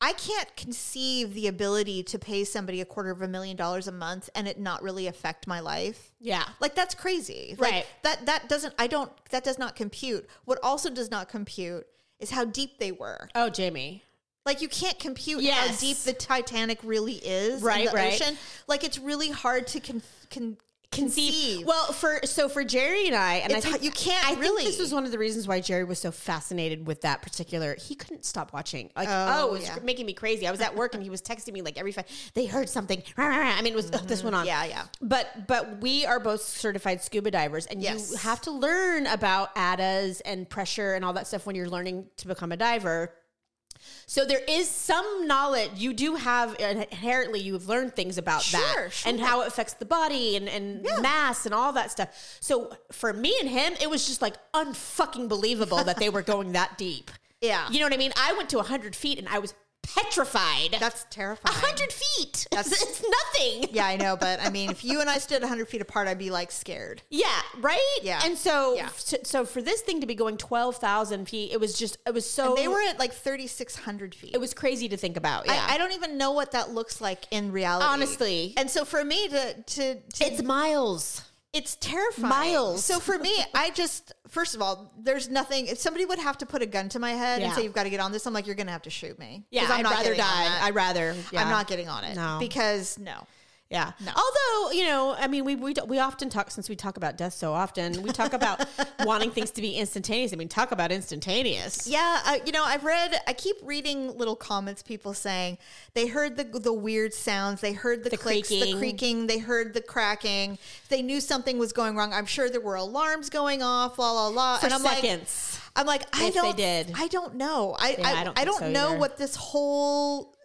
[SPEAKER 1] I can't conceive the ability to pay somebody a quarter of a million dollars a month and it not really affect my life.
[SPEAKER 2] Yeah.
[SPEAKER 1] Like that's crazy. Like,
[SPEAKER 2] Right.
[SPEAKER 1] That that doesn't. I don't. That does not compute. What also does not compute is how deep they were.
[SPEAKER 2] Oh, Jamie.
[SPEAKER 1] Like you can't compute how
[SPEAKER 2] Yes.
[SPEAKER 1] deep the Titanic really is in
[SPEAKER 2] Right,
[SPEAKER 1] the
[SPEAKER 2] right.
[SPEAKER 1] oceon. Like it's really hard to con- con- conceive.
[SPEAKER 2] Well, for so for Jerry and I, and
[SPEAKER 1] It's
[SPEAKER 2] I
[SPEAKER 1] hard-
[SPEAKER 2] think
[SPEAKER 1] you can't
[SPEAKER 2] I
[SPEAKER 1] really.
[SPEAKER 2] think this was one of the reasons why Jerry was so fascinated with that particular. He couldn't stop watching. Like, oh, it was
[SPEAKER 1] yeah.
[SPEAKER 2] making me crazy. I was at work and he was texting me like every five. They heard something. I mean, it was ugh, this went on.
[SPEAKER 1] Mm-hmm. Yeah, yeah.
[SPEAKER 2] But but we are both certified scuba divers, and
[SPEAKER 1] Yes.
[SPEAKER 2] you have to learn about ADAs and pressure and all that stuff when you're learning to become a diver. So there is some knowledge you do have inherently you have learned things about
[SPEAKER 1] Sure,
[SPEAKER 2] that
[SPEAKER 1] sure.
[SPEAKER 2] and how it affects the body and, and mass and all that stuff. So for me and him, it was just like unfucking believable that they were going that deep.
[SPEAKER 1] yeah,
[SPEAKER 2] You know what I mean? I went to hundred feet and I was petrified.
[SPEAKER 1] that's terrifying.
[SPEAKER 2] hundred feet.
[SPEAKER 1] That's-
[SPEAKER 2] it's nothing.
[SPEAKER 1] Yeah, I know, but I mean, if you and I stood 100 feet apart, I'd be like scared.
[SPEAKER 2] Yeah, right?
[SPEAKER 1] Yeah.
[SPEAKER 2] And so,
[SPEAKER 1] Yeah.
[SPEAKER 2] so, so for this thing to be going 12,000 feet, it was just, it was so,
[SPEAKER 1] They were at like 3,600 feet.
[SPEAKER 2] it was crazy to think about. Yeah.
[SPEAKER 1] I, I don't even know what that looks like in reality.
[SPEAKER 2] Honestly.
[SPEAKER 1] And so for me to, to, to
[SPEAKER 2] it's miles.
[SPEAKER 1] it's terrifying.
[SPEAKER 2] Miles.
[SPEAKER 1] So for me, I just, first of all, there's nothing, if somebody would have to put a gun to my head and
[SPEAKER 2] Yeah.
[SPEAKER 1] say, you've got to get on this, I'm like, you're going to have to shoot me. 'Cause
[SPEAKER 2] Yeah,
[SPEAKER 1] I'm
[SPEAKER 2] I'd
[SPEAKER 1] not
[SPEAKER 2] rather
[SPEAKER 1] getting on
[SPEAKER 2] die.
[SPEAKER 1] that.
[SPEAKER 2] I'd rather. yeah.
[SPEAKER 1] I'm not getting on it.
[SPEAKER 2] No.
[SPEAKER 1] Because no.
[SPEAKER 2] Yeah. Although, you know, I mean, we, we we often talk since we talk about death so often, we talk about wanting things to be instantaneous. I mean, talk about instantaneous.
[SPEAKER 1] Yeah, uh, you know, I've read. I keep reading little comments. People saying they heard the the weird sounds. They heard the, clicks, the
[SPEAKER 2] creaking.
[SPEAKER 1] creaking. They heard the cracking. They knew something was going wrong. I'm sure there were alarms going off. La la la.
[SPEAKER 2] For
[SPEAKER 1] and I'm
[SPEAKER 2] seconds.
[SPEAKER 1] like, I'm like, I
[SPEAKER 2] If they
[SPEAKER 1] don't.
[SPEAKER 2] did.
[SPEAKER 1] I don't know. I
[SPEAKER 2] Yeah,
[SPEAKER 1] I, I
[SPEAKER 2] I
[SPEAKER 1] don't,
[SPEAKER 2] don't think so
[SPEAKER 1] know
[SPEAKER 2] either.
[SPEAKER 1] what this whole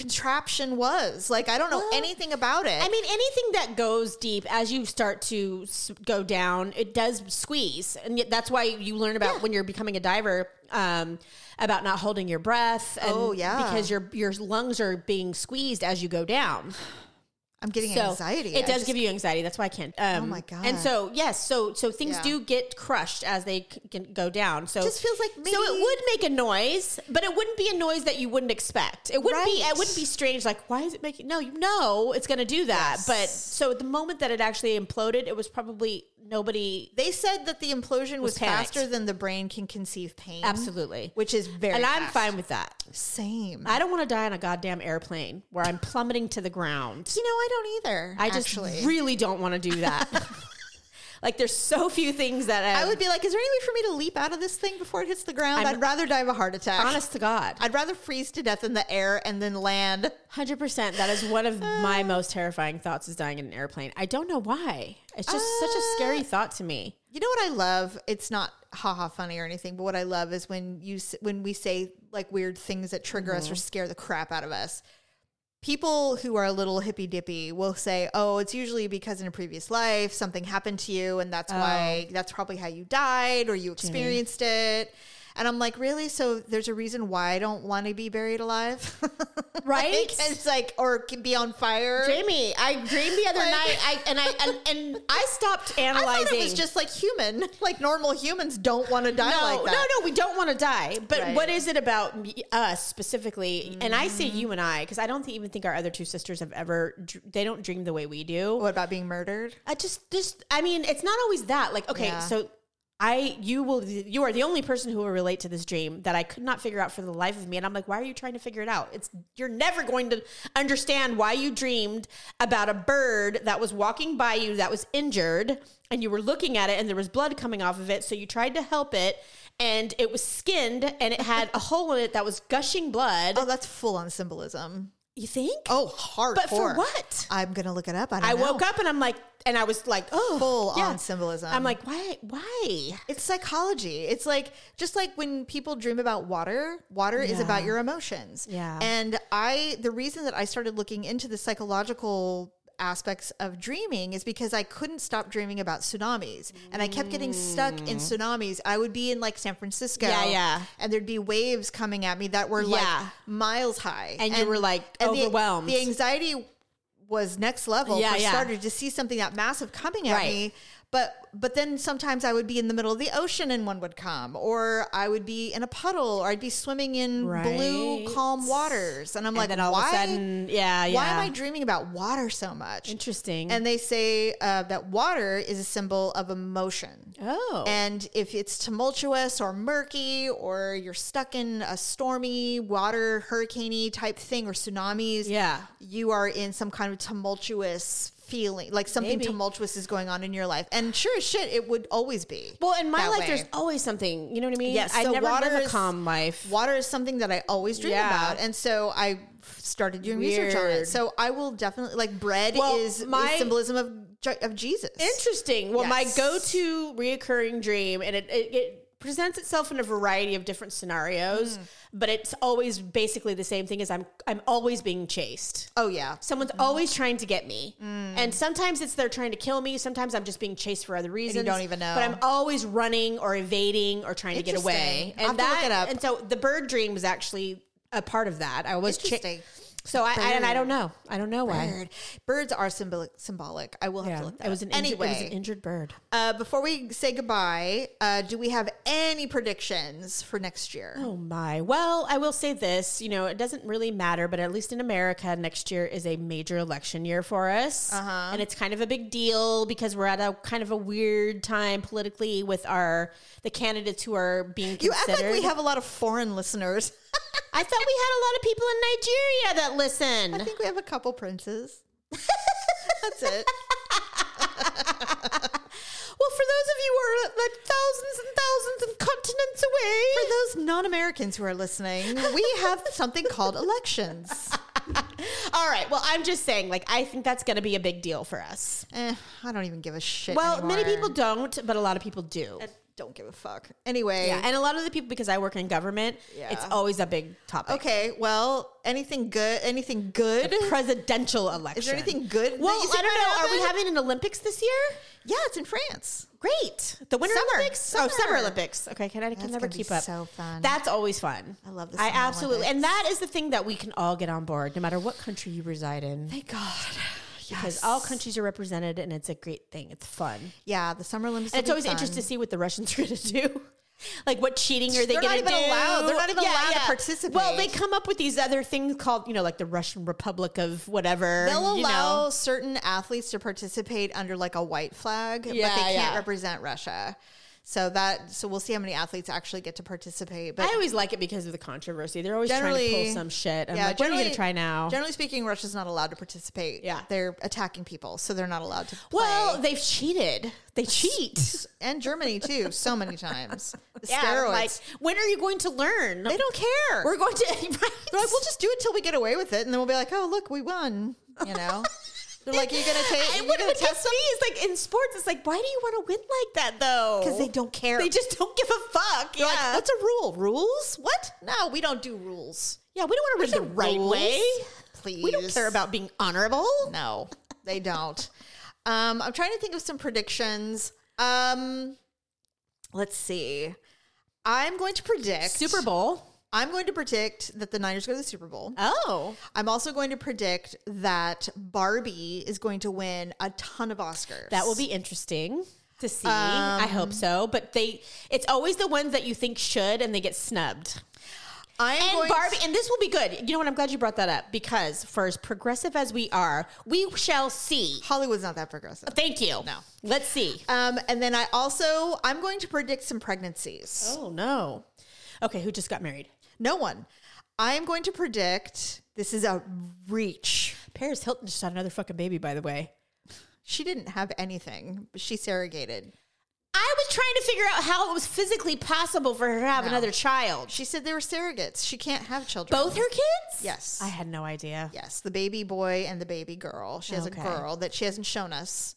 [SPEAKER 1] contraption was. Like, I don't know
[SPEAKER 2] Well,
[SPEAKER 1] anything about it.
[SPEAKER 2] I mean, anything that goes deep as you start to s- go down, it does squeeze, and yet that's why you learn about when you're becoming a diver um, about not holding your breath. And
[SPEAKER 1] Oh, yeah.
[SPEAKER 2] because your your lungs are being squeezed as you go down.
[SPEAKER 1] I'm getting
[SPEAKER 2] So
[SPEAKER 1] anxiety.
[SPEAKER 2] It
[SPEAKER 1] I
[SPEAKER 2] does
[SPEAKER 1] just- Oh
[SPEAKER 2] give you anxiety. That's why I can't. Um,
[SPEAKER 1] my God.
[SPEAKER 2] And so yes, so so things
[SPEAKER 1] Yeah.
[SPEAKER 2] do get crushed as they c- can go down. So
[SPEAKER 1] Just feels like
[SPEAKER 2] so
[SPEAKER 1] maybe-
[SPEAKER 2] it would make a noise, but it wouldn't be a noise that you wouldn't expect. It wouldn't be.
[SPEAKER 1] Right.
[SPEAKER 2] It wouldn't be strange. Like why is it making? No, you know it's going to do that. But so at the moment that it actually imploded, it was probably nobody.
[SPEAKER 1] They said that the implosion was,
[SPEAKER 2] panicked.
[SPEAKER 1] faster than the brain can conceive pain.
[SPEAKER 2] Absolutely.
[SPEAKER 1] Which is Mm-hmm. very
[SPEAKER 2] and I'm
[SPEAKER 1] fast.
[SPEAKER 2] fine with that.
[SPEAKER 1] Same.
[SPEAKER 2] I don't want to die on a goddamn airplane where I'm plummeting to the ground.
[SPEAKER 1] You know, I don't either.
[SPEAKER 2] I just
[SPEAKER 1] actually.
[SPEAKER 2] really don't want to do that. Like there's so few things that
[SPEAKER 1] I would be like, is there any way for me to leap out of this thing before it hits the ground? i
[SPEAKER 2] I'm-
[SPEAKER 1] would rather die of a heart attack.
[SPEAKER 2] honest to God.
[SPEAKER 1] I'd rather freeze to death in the air and then land.
[SPEAKER 2] Hundred percent. That is one of my most terrifying thoughts: is dying in an airplane. I don't know why. It's just such a scary thought to me.
[SPEAKER 1] You know what I love? It's not haha funny or anything, but what I love is when you s- when we say like weird things that trigger us or
[SPEAKER 2] Mm-hmm.
[SPEAKER 1] scare the crap out of us. People who are a little hippy dippy will say, "Oh, it's usually because in a previous life something happened to you, and that's
[SPEAKER 2] Oh.
[SPEAKER 1] why that's probably how you died or you experienced it." And I'm like, really? So there's a reason why I don't want to be buried alive,
[SPEAKER 2] Right?
[SPEAKER 1] Like, it's like, or can be on fire.
[SPEAKER 2] Jamie, I dreamed the other
[SPEAKER 1] Like-
[SPEAKER 2] night, I, and I and, and I stopped
[SPEAKER 1] I
[SPEAKER 2] analyzing.
[SPEAKER 1] thought it was just like human, like normal humans don't want to die
[SPEAKER 2] no,
[SPEAKER 1] like that.
[SPEAKER 2] no, no. We don't want to die, but
[SPEAKER 1] Right.
[SPEAKER 2] what is it about me, us specifically? And I say you and I because I don't even think our other two sisters have ever. dr- They don't dream the way we do.
[SPEAKER 1] What about being murdered?
[SPEAKER 2] I just, just, I mean, it's not always that. Like, okay,
[SPEAKER 1] Yeah.
[SPEAKER 2] so I, you will, you are the only person who will relate to this dream that I could not figure out for the life of me. And I'm like, why are you trying to figure it out? It's, you're never going to understand why you dreamed about a bird that was walking by you that was injured and you were looking at it and there was blood coming off of it. So you tried to help it and it was skinned and it had a hole in it that was gushing blood.
[SPEAKER 1] Oh, that's full on symbolism.
[SPEAKER 2] You think?
[SPEAKER 1] Oh, hardcore.
[SPEAKER 2] But for what?
[SPEAKER 1] I'm gonna look it up. I, don't
[SPEAKER 2] I
[SPEAKER 1] know.
[SPEAKER 2] woke up and I'm like, and I was like, oh,
[SPEAKER 1] full
[SPEAKER 2] yeah.
[SPEAKER 1] on symbolism.
[SPEAKER 2] I'm like, why? Why?
[SPEAKER 1] it's psychology. It's like just like when people dream about water. Water is about your emotions.
[SPEAKER 2] Yeah.
[SPEAKER 1] And I, the reason that I started looking into the psychological aspects of dreaming is because I couldn't stop dreaming about tsunamis, and I kept getting stuck in tsunamis. I would be in like San Francisco.
[SPEAKER 2] Mm. Yeah, yeah.
[SPEAKER 1] And there'd be waves coming at me that were
[SPEAKER 2] Yeah.
[SPEAKER 1] like miles high,
[SPEAKER 2] And you were, like,
[SPEAKER 1] the-
[SPEAKER 2] overwhelmed.
[SPEAKER 1] the anxiety was next level
[SPEAKER 2] Yeah,
[SPEAKER 1] for
[SPEAKER 2] yeah.
[SPEAKER 1] starters to see something that massive coming at
[SPEAKER 2] Right.
[SPEAKER 1] me. But but then sometimes I would be in the middle of the ocean and one would come, or I would be in a puddle, or I'd be swimming in blue
[SPEAKER 2] Right.
[SPEAKER 1] calm waters, and I'm like,
[SPEAKER 2] and then all
[SPEAKER 1] why?
[SPEAKER 2] of a sudden, yeah, yeah.
[SPEAKER 1] why am I dreaming about water so much?
[SPEAKER 2] Interesting.
[SPEAKER 1] And they say uh, that water is a symbol of emotion.
[SPEAKER 2] oh,
[SPEAKER 1] And if it's tumultuous or murky, or you're stuck in a stormy water, hurricaney type thing, or tsunamis,
[SPEAKER 2] yeah.
[SPEAKER 1] you are in some kind of tumultuous feeling, like something
[SPEAKER 2] Maybe.
[SPEAKER 1] tumultuous is going on in your life. And sure as shit, it would always be.
[SPEAKER 2] Well, in my
[SPEAKER 1] that
[SPEAKER 2] life,
[SPEAKER 1] way.
[SPEAKER 2] there's always something. You know what I mean?
[SPEAKER 1] Yes,
[SPEAKER 2] I
[SPEAKER 1] so
[SPEAKER 2] never
[SPEAKER 1] water
[SPEAKER 2] live a
[SPEAKER 1] is-
[SPEAKER 2] calm life.
[SPEAKER 1] water is something that I always dream
[SPEAKER 2] Yeah.
[SPEAKER 1] about, and so I f- started doing research on it.
[SPEAKER 2] Weird.
[SPEAKER 1] So I will definitely like bread
[SPEAKER 2] Well,
[SPEAKER 1] is my
[SPEAKER 2] my-
[SPEAKER 1] symbolism of Je- of Jesus.
[SPEAKER 2] Interesting. Well, my
[SPEAKER 1] Yes.
[SPEAKER 2] go-to reoccurring dream, and it, it, it presents itself in a variety of different scenarios, but it's always basically the same thing. Is I'm I'm always being chased.
[SPEAKER 1] oh yeah,
[SPEAKER 2] Someone's always trying to get me.
[SPEAKER 1] Mm.
[SPEAKER 2] And sometimes it's they're trying to kill me. Sometimes I'm just being chased for other reasons.
[SPEAKER 1] don't even know.
[SPEAKER 2] But I'm always running or evading or trying to get away.
[SPEAKER 1] Interesting. I'll have to look it up.
[SPEAKER 2] And so the bird dream was actually a part of that. I was chased.
[SPEAKER 1] interesting.
[SPEAKER 2] So I, I and I don't know. I don't know why.
[SPEAKER 1] Bird. Birds are symbolic. Symbolic. I will have
[SPEAKER 2] Yeah.
[SPEAKER 1] to look. That
[SPEAKER 2] It was an
[SPEAKER 1] up.
[SPEAKER 2] injured,
[SPEAKER 1] anyway.
[SPEAKER 2] it was an injured bird.
[SPEAKER 1] uh, before we say goodbye, uh, do we have any predictions for next year?
[SPEAKER 2] Oh my. Well, I will say this, you know, it doesn't really matter, but at least in America, next year is a major election year for us.
[SPEAKER 1] Uh-huh.
[SPEAKER 2] And it's kind of a big deal because we're at a kind of a weird time politically with our the candidates who are being
[SPEAKER 1] You
[SPEAKER 2] considered.
[SPEAKER 1] act like we have a lot of foreign listeners.
[SPEAKER 2] I thought we had a lot of people in Nigeria that
[SPEAKER 1] I
[SPEAKER 2] listen.
[SPEAKER 1] think we have a couple princes. That's it.
[SPEAKER 2] Well, for those of you who are like thousands and thousands and continents away,
[SPEAKER 1] For those non-Americans who are listening, we have something called elections.
[SPEAKER 2] All right. Well, I'm just saying, like, I think that's going to be a big deal for us.
[SPEAKER 1] Eh, I don't even give a shit.
[SPEAKER 2] Well, many
[SPEAKER 1] anymore.
[SPEAKER 2] people don't, but a lot of people do.
[SPEAKER 1] I don't give a fuck. Anyway,
[SPEAKER 2] Yeah, and a lot of the people because I work in government, it's
[SPEAKER 1] Yeah.
[SPEAKER 2] always a big topic.
[SPEAKER 1] okay. Well, anything good? Anything good?
[SPEAKER 2] Presidential election.
[SPEAKER 1] Is there anything good? that
[SPEAKER 2] Well,
[SPEAKER 1] you think
[SPEAKER 2] I
[SPEAKER 1] might
[SPEAKER 2] don't know. Are we
[SPEAKER 1] happen?
[SPEAKER 2] having an Olympics this year?
[SPEAKER 1] Yeah, it's in France.
[SPEAKER 2] Great. The Winter
[SPEAKER 1] Summer.
[SPEAKER 2] Olympics? Oh,
[SPEAKER 1] Summer.
[SPEAKER 2] Summer Olympics. Okay, can I can
[SPEAKER 1] That's
[SPEAKER 2] never
[SPEAKER 1] gonna be
[SPEAKER 2] keep up.
[SPEAKER 1] so fun.
[SPEAKER 2] That's always fun.
[SPEAKER 1] I love the
[SPEAKER 2] I
[SPEAKER 1] Summer
[SPEAKER 2] absolutely.
[SPEAKER 1] Olympics.
[SPEAKER 2] And that is the thing that we can all get on board no matter what country you reside in
[SPEAKER 1] Thank God.
[SPEAKER 2] because all countries are represented and it's a great thing. It's fun.
[SPEAKER 1] Yeah, the Summer Olympics.
[SPEAKER 2] And it's
[SPEAKER 1] will
[SPEAKER 2] always
[SPEAKER 1] be fun.
[SPEAKER 2] interesting to see what the Russians are going to do. Like what cheating are they
[SPEAKER 1] They're not
[SPEAKER 2] going to
[SPEAKER 1] even
[SPEAKER 2] do?
[SPEAKER 1] allowed- they're not even allowed to participate.
[SPEAKER 2] Well, they come up with these other things called, you know, like the Russian Republic of whatever.
[SPEAKER 1] They'll
[SPEAKER 2] you
[SPEAKER 1] allow
[SPEAKER 2] know.
[SPEAKER 1] certain athletes to participate under like a white flag, but
[SPEAKER 2] Yeah,
[SPEAKER 1] they can't
[SPEAKER 2] yeah.
[SPEAKER 1] represent Russia. So that so we'll see how many athletes actually get to participate. But
[SPEAKER 2] I always like it because of the controversy. They're always trying to
[SPEAKER 1] Generally-
[SPEAKER 2] pull some shit. I'm
[SPEAKER 1] yeah,
[SPEAKER 2] like, what are you
[SPEAKER 1] generally-
[SPEAKER 2] going to try now?
[SPEAKER 1] generally speaking, Russia's not allowed to participate.
[SPEAKER 2] Yeah.
[SPEAKER 1] They're attacking people, so they're not allowed to play.
[SPEAKER 2] Well, they've cheated. They cheat.
[SPEAKER 1] and Germany too, so many times. The
[SPEAKER 2] Yeah,
[SPEAKER 1] steroids.
[SPEAKER 2] I'm like, when are you going to learn?
[SPEAKER 1] they don't care.
[SPEAKER 2] We're going to. Right?
[SPEAKER 1] They're like, we'll just do it till we get away with it, and then we'll be like, oh look, we won. You know, they're like, you're gonna take,
[SPEAKER 2] And
[SPEAKER 1] you're
[SPEAKER 2] what
[SPEAKER 1] gonna
[SPEAKER 2] it
[SPEAKER 1] test
[SPEAKER 2] gets me is like in sports, it's like, why do you want to win like that though?
[SPEAKER 1] because they don't care.
[SPEAKER 2] They just don't give a fuck.
[SPEAKER 1] They're like,
[SPEAKER 2] yeah.
[SPEAKER 1] what's a rule? Rules? What? No, we don't do rules.
[SPEAKER 2] yeah, we don't want to win the right
[SPEAKER 1] rules.
[SPEAKER 2] way.
[SPEAKER 1] Please,
[SPEAKER 2] We don't care about being honorable.
[SPEAKER 1] No, they don't. Um, I'm trying to think of some predictions. Um, let's see. I'm going to predict
[SPEAKER 2] Super Bowl.
[SPEAKER 1] I'm going to predict that the Niners go to the Super Bowl.
[SPEAKER 2] Oh.
[SPEAKER 1] I'm also going to predict that Barbie is going to win a ton of Oscars.
[SPEAKER 2] That will be interesting to see. I hope so. But they it's always the ones that you think should and they get snubbed.
[SPEAKER 1] I am
[SPEAKER 2] And
[SPEAKER 1] going
[SPEAKER 2] Barbie, and this will be good. You know what? I'm glad you brought that up because, for as progressive as we are, we shall see.
[SPEAKER 1] Hollywood's not that progressive.
[SPEAKER 2] Thank you. No, let's see.
[SPEAKER 1] Um, and then I also I'm going to predict some pregnancies.
[SPEAKER 2] Oh no. Okay, who just got married?
[SPEAKER 1] No one. I am going to predict this is a reach.
[SPEAKER 2] Paris Hilton just had another fucking baby, by the way.
[SPEAKER 1] She didn't have anything. but She surrogated.
[SPEAKER 2] I was trying to figure out how it was physically possible for her to have another child.
[SPEAKER 1] She said they were surrogates. She can't have children.
[SPEAKER 2] Both her kids?
[SPEAKER 1] Yes.
[SPEAKER 2] I had no idea.
[SPEAKER 1] Yes, the baby boy and the baby girl. She has
[SPEAKER 2] Okay.
[SPEAKER 1] a girl that she hasn't shown us.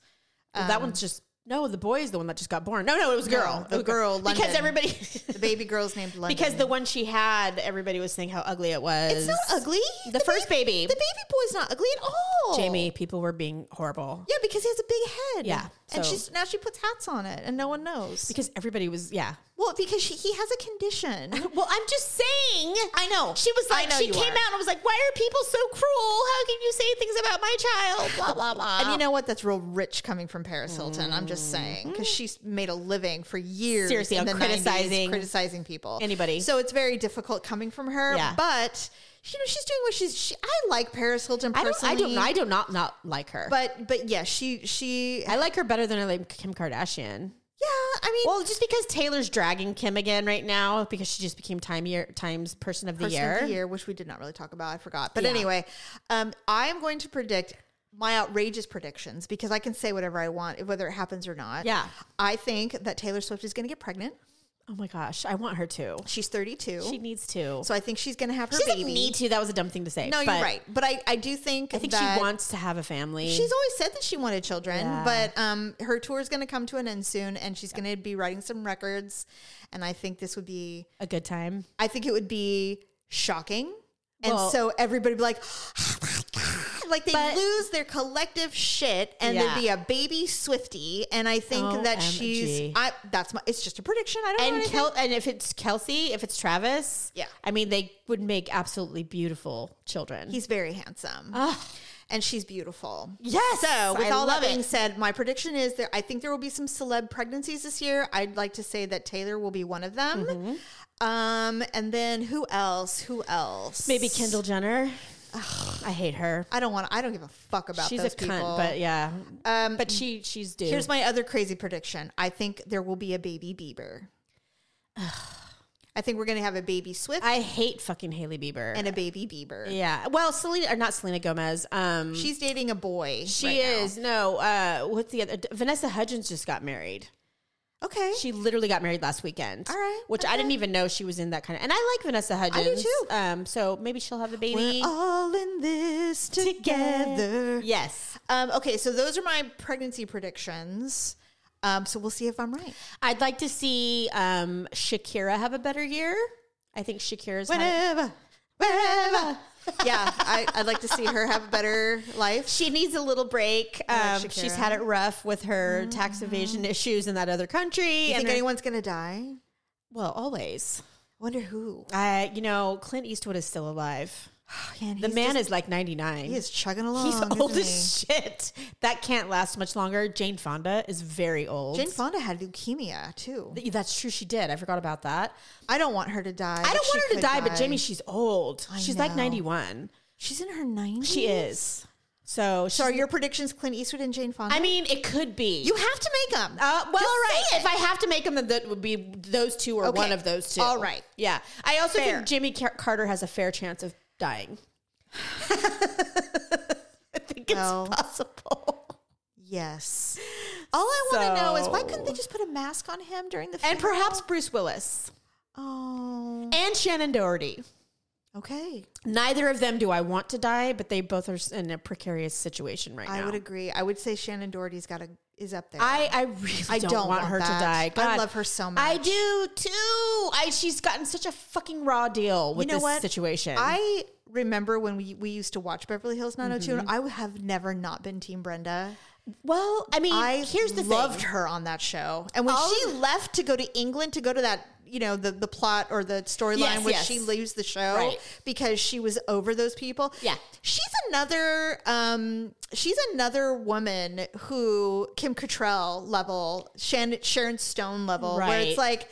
[SPEAKER 2] Well, that one's just no. The boy is the one that just got born. No, Um, no, it was a girl.
[SPEAKER 1] No,
[SPEAKER 2] It
[SPEAKER 1] the
[SPEAKER 2] was a
[SPEAKER 1] girl,
[SPEAKER 2] Because
[SPEAKER 1] London.
[SPEAKER 2] everybody.
[SPEAKER 1] The baby girl's named London.
[SPEAKER 2] because the one she had, everybody was saying how ugly it was.
[SPEAKER 1] it's not ugly.
[SPEAKER 2] The, first baby.
[SPEAKER 1] The baby boy's not ugly at all.
[SPEAKER 2] Jamie, people were being horrible.
[SPEAKER 1] Yeah, because he has a big head.
[SPEAKER 2] Yeah,
[SPEAKER 1] and
[SPEAKER 2] so-
[SPEAKER 1] she's now she puts hats on it, and no one knows.
[SPEAKER 2] Because everybody was, yeah.
[SPEAKER 1] well, because she, he has a condition.
[SPEAKER 2] Well, I'm just saying.
[SPEAKER 1] I know.
[SPEAKER 2] She was
[SPEAKER 1] I
[SPEAKER 2] like,
[SPEAKER 1] know
[SPEAKER 2] she
[SPEAKER 1] you
[SPEAKER 2] came
[SPEAKER 1] are.
[SPEAKER 2] out and was like, why are people so cruel? How can you say things about my child? Blah, blah, blah.
[SPEAKER 1] And you know what? That's real rich coming from Paris Hilton. I'm just saying because she's made a living for years,
[SPEAKER 2] Mm. Seriously,
[SPEAKER 1] in
[SPEAKER 2] on
[SPEAKER 1] the 90s,
[SPEAKER 2] criticizing
[SPEAKER 1] criticizing people,
[SPEAKER 2] anybody.
[SPEAKER 1] So it's very difficult coming from her.
[SPEAKER 2] Yeah.
[SPEAKER 1] But you know, she's doing what she's. She, I like Paris Hilton
[SPEAKER 2] I don't,
[SPEAKER 1] personally.
[SPEAKER 2] I don't, I do not, not like her.
[SPEAKER 1] But but yeah, she she yeah.
[SPEAKER 2] I like her better than I like Kim Kardashian.
[SPEAKER 1] I mean,
[SPEAKER 2] Well, just because Taylor's dragging Kim again right now because she just became Time Year Times Person of the,
[SPEAKER 1] person
[SPEAKER 2] year.
[SPEAKER 1] of the year, which we did not really talk about. I forgot. But anyway, um, I am going to predict my outrageous predictions because I can say whatever I want, whether it happens or not.
[SPEAKER 2] Yeah.
[SPEAKER 1] I think that Taylor Swift is going to get pregnant.
[SPEAKER 2] Oh my gosh, I want her to.
[SPEAKER 1] She's 32.
[SPEAKER 2] She needs to.
[SPEAKER 1] So I think she's going to have her
[SPEAKER 2] she doesn't
[SPEAKER 1] baby.
[SPEAKER 2] need to. That was a dumb thing to say.
[SPEAKER 1] no, you're
[SPEAKER 2] but
[SPEAKER 1] right. But I, I do think
[SPEAKER 2] I think
[SPEAKER 1] that
[SPEAKER 2] she wants to have a family.
[SPEAKER 1] She's always said that she wanted children,
[SPEAKER 2] Yeah.
[SPEAKER 1] but um, her tour is going to come to an end soon, and she's going to be writing some records. And I think this would be,
[SPEAKER 2] a good time.
[SPEAKER 1] I think it would be shocking, and
[SPEAKER 2] Well-
[SPEAKER 1] so everybody would be like, "Oh my god!" Like they
[SPEAKER 2] But-
[SPEAKER 1] lose their collective shit, and
[SPEAKER 2] Yeah.
[SPEAKER 1] there'd be a baby Swifty. And I think that she's,
[SPEAKER 2] OMG.
[SPEAKER 1] I that's my, it's just a prediction. I don't know
[SPEAKER 2] And
[SPEAKER 1] anything.
[SPEAKER 2] Kel- and if it's Kelsey, if it's Travis,
[SPEAKER 1] Yeah.
[SPEAKER 2] I mean they would make absolutely beautiful children.
[SPEAKER 1] He's very handsome. And she's beautiful.
[SPEAKER 2] Yes,
[SPEAKER 1] So, with
[SPEAKER 2] I
[SPEAKER 1] all that
[SPEAKER 2] love
[SPEAKER 1] being
[SPEAKER 2] it.
[SPEAKER 1] said, my prediction is there. I think there will be some celeb pregnancies this year. I'd like to say that Taylor will be one of them.
[SPEAKER 2] Mm-hmm.
[SPEAKER 1] Um, and then who else? Who else?
[SPEAKER 2] maybe Kendall Jenner. I hate her.
[SPEAKER 1] I don't want. I don't give a fuck about
[SPEAKER 2] She's a
[SPEAKER 1] those
[SPEAKER 2] cunt,
[SPEAKER 1] people.
[SPEAKER 2] but yeah. but she she's due.
[SPEAKER 1] here's my other crazy prediction. I think there will be a baby Bieber. I think we're going to have a baby Swift
[SPEAKER 2] I hate fucking Haley Bieber.
[SPEAKER 1] and a baby Bieber.
[SPEAKER 2] yeah. Well, Selena or not Selena Gomez. Um
[SPEAKER 1] She's dating a boy.
[SPEAKER 2] She
[SPEAKER 1] right now.
[SPEAKER 2] is no. Uh, what's the other? Vanessa Hudgens just got married.
[SPEAKER 1] okay.
[SPEAKER 2] She literally got married last weekend.
[SPEAKER 1] All right,
[SPEAKER 2] which I didn't even know she was in that kind of. And I like Vanessa Hudgens.
[SPEAKER 1] too.
[SPEAKER 2] Um, so maybe she'll have a
[SPEAKER 1] We're
[SPEAKER 2] baby
[SPEAKER 1] all in this together.
[SPEAKER 2] Yes,
[SPEAKER 1] Um, okay, so those are my pregnancy predictions. Um, so we'll see if I'm right.
[SPEAKER 2] I'd like to see um, Shakira have a better year. I think Shakira's. had-
[SPEAKER 1] Whenever, whenever. yeah, I, I'd like to see her have a better life.
[SPEAKER 2] she needs a little break.
[SPEAKER 1] like
[SPEAKER 2] Um,
[SPEAKER 1] Shakira. Mm.
[SPEAKER 2] she's had it rough with her tax evasion issues in that other country.
[SPEAKER 1] You
[SPEAKER 2] and
[SPEAKER 1] think
[SPEAKER 2] her-
[SPEAKER 1] anyone's gonna die? I
[SPEAKER 2] well, always.
[SPEAKER 1] wonder who.
[SPEAKER 2] I, you know, Clint Eastwood is still alive. The man is like ninety nine.
[SPEAKER 1] he is chugging along.
[SPEAKER 2] He's
[SPEAKER 1] isn't
[SPEAKER 2] old
[SPEAKER 1] he?
[SPEAKER 2] as shit. That can't last much longer. Jane Fonda is very old.
[SPEAKER 1] Jane Fonda had leukemia too.
[SPEAKER 2] Th- That's true. She did. I forgot about that.
[SPEAKER 1] I don't want her to die.
[SPEAKER 2] I
[SPEAKER 1] but
[SPEAKER 2] don't
[SPEAKER 1] she
[SPEAKER 2] want her to
[SPEAKER 1] could
[SPEAKER 2] die, but Jamie, she's old.
[SPEAKER 1] I
[SPEAKER 2] she's like
[SPEAKER 1] know.
[SPEAKER 2] 91.
[SPEAKER 1] she's in her nineties.
[SPEAKER 2] She is. So,
[SPEAKER 1] So are
[SPEAKER 2] she's-
[SPEAKER 1] your predictions Clint Eastwood and Jane Fonda?
[SPEAKER 2] I mean, it could be.
[SPEAKER 1] you have to make them.
[SPEAKER 2] Uh, well, all right. If I have to make them, then that would be those two or
[SPEAKER 1] Okay.
[SPEAKER 2] one of those two.
[SPEAKER 1] All right.
[SPEAKER 2] Yeah. I also
[SPEAKER 1] Fair.
[SPEAKER 2] think Jimmy Car- Carter has a fair chance of dying. I think it's
[SPEAKER 1] Well.
[SPEAKER 2] possible.
[SPEAKER 1] yes. All I want to know is why couldn't they
[SPEAKER 2] So-
[SPEAKER 1] just put a mask on him during the film?
[SPEAKER 2] And perhaps Bruce Willis
[SPEAKER 1] oh,
[SPEAKER 2] and Shannon Doherty.
[SPEAKER 1] okay.
[SPEAKER 2] Neither of them do I want to die, but they both are s- in a precarious situation right
[SPEAKER 1] I
[SPEAKER 2] now.
[SPEAKER 1] would agree. I would say Shannon Doherty's got a is up there.
[SPEAKER 2] I, I really
[SPEAKER 1] I
[SPEAKER 2] don't, want, her
[SPEAKER 1] that.
[SPEAKER 2] to die.
[SPEAKER 1] I
[SPEAKER 2] God.
[SPEAKER 1] love her so much.
[SPEAKER 2] I do too. I she's gotten such a fucking raw deal with
[SPEAKER 1] know
[SPEAKER 2] this
[SPEAKER 1] what?
[SPEAKER 2] situation.
[SPEAKER 1] I remember when we, we used to watch Beverly Hills 902,
[SPEAKER 2] Mm-hmm.
[SPEAKER 1] and I have never not been Team Brenda.
[SPEAKER 2] well, I mean,
[SPEAKER 1] I
[SPEAKER 2] here's the
[SPEAKER 1] loved
[SPEAKER 2] thing. Oh.
[SPEAKER 1] her on that show, and when
[SPEAKER 2] All
[SPEAKER 1] she left to go to England to go to that, you know, the the plot or the storyline
[SPEAKER 2] Yes,
[SPEAKER 1] where
[SPEAKER 2] yes.
[SPEAKER 1] she leaves the show
[SPEAKER 2] Right.
[SPEAKER 1] because she was over those people.
[SPEAKER 2] Yeah.
[SPEAKER 1] she's another um, she's another woman who Kim Cattrall level, Shannon, Sharon Stone level, where
[SPEAKER 2] Right.
[SPEAKER 1] it's like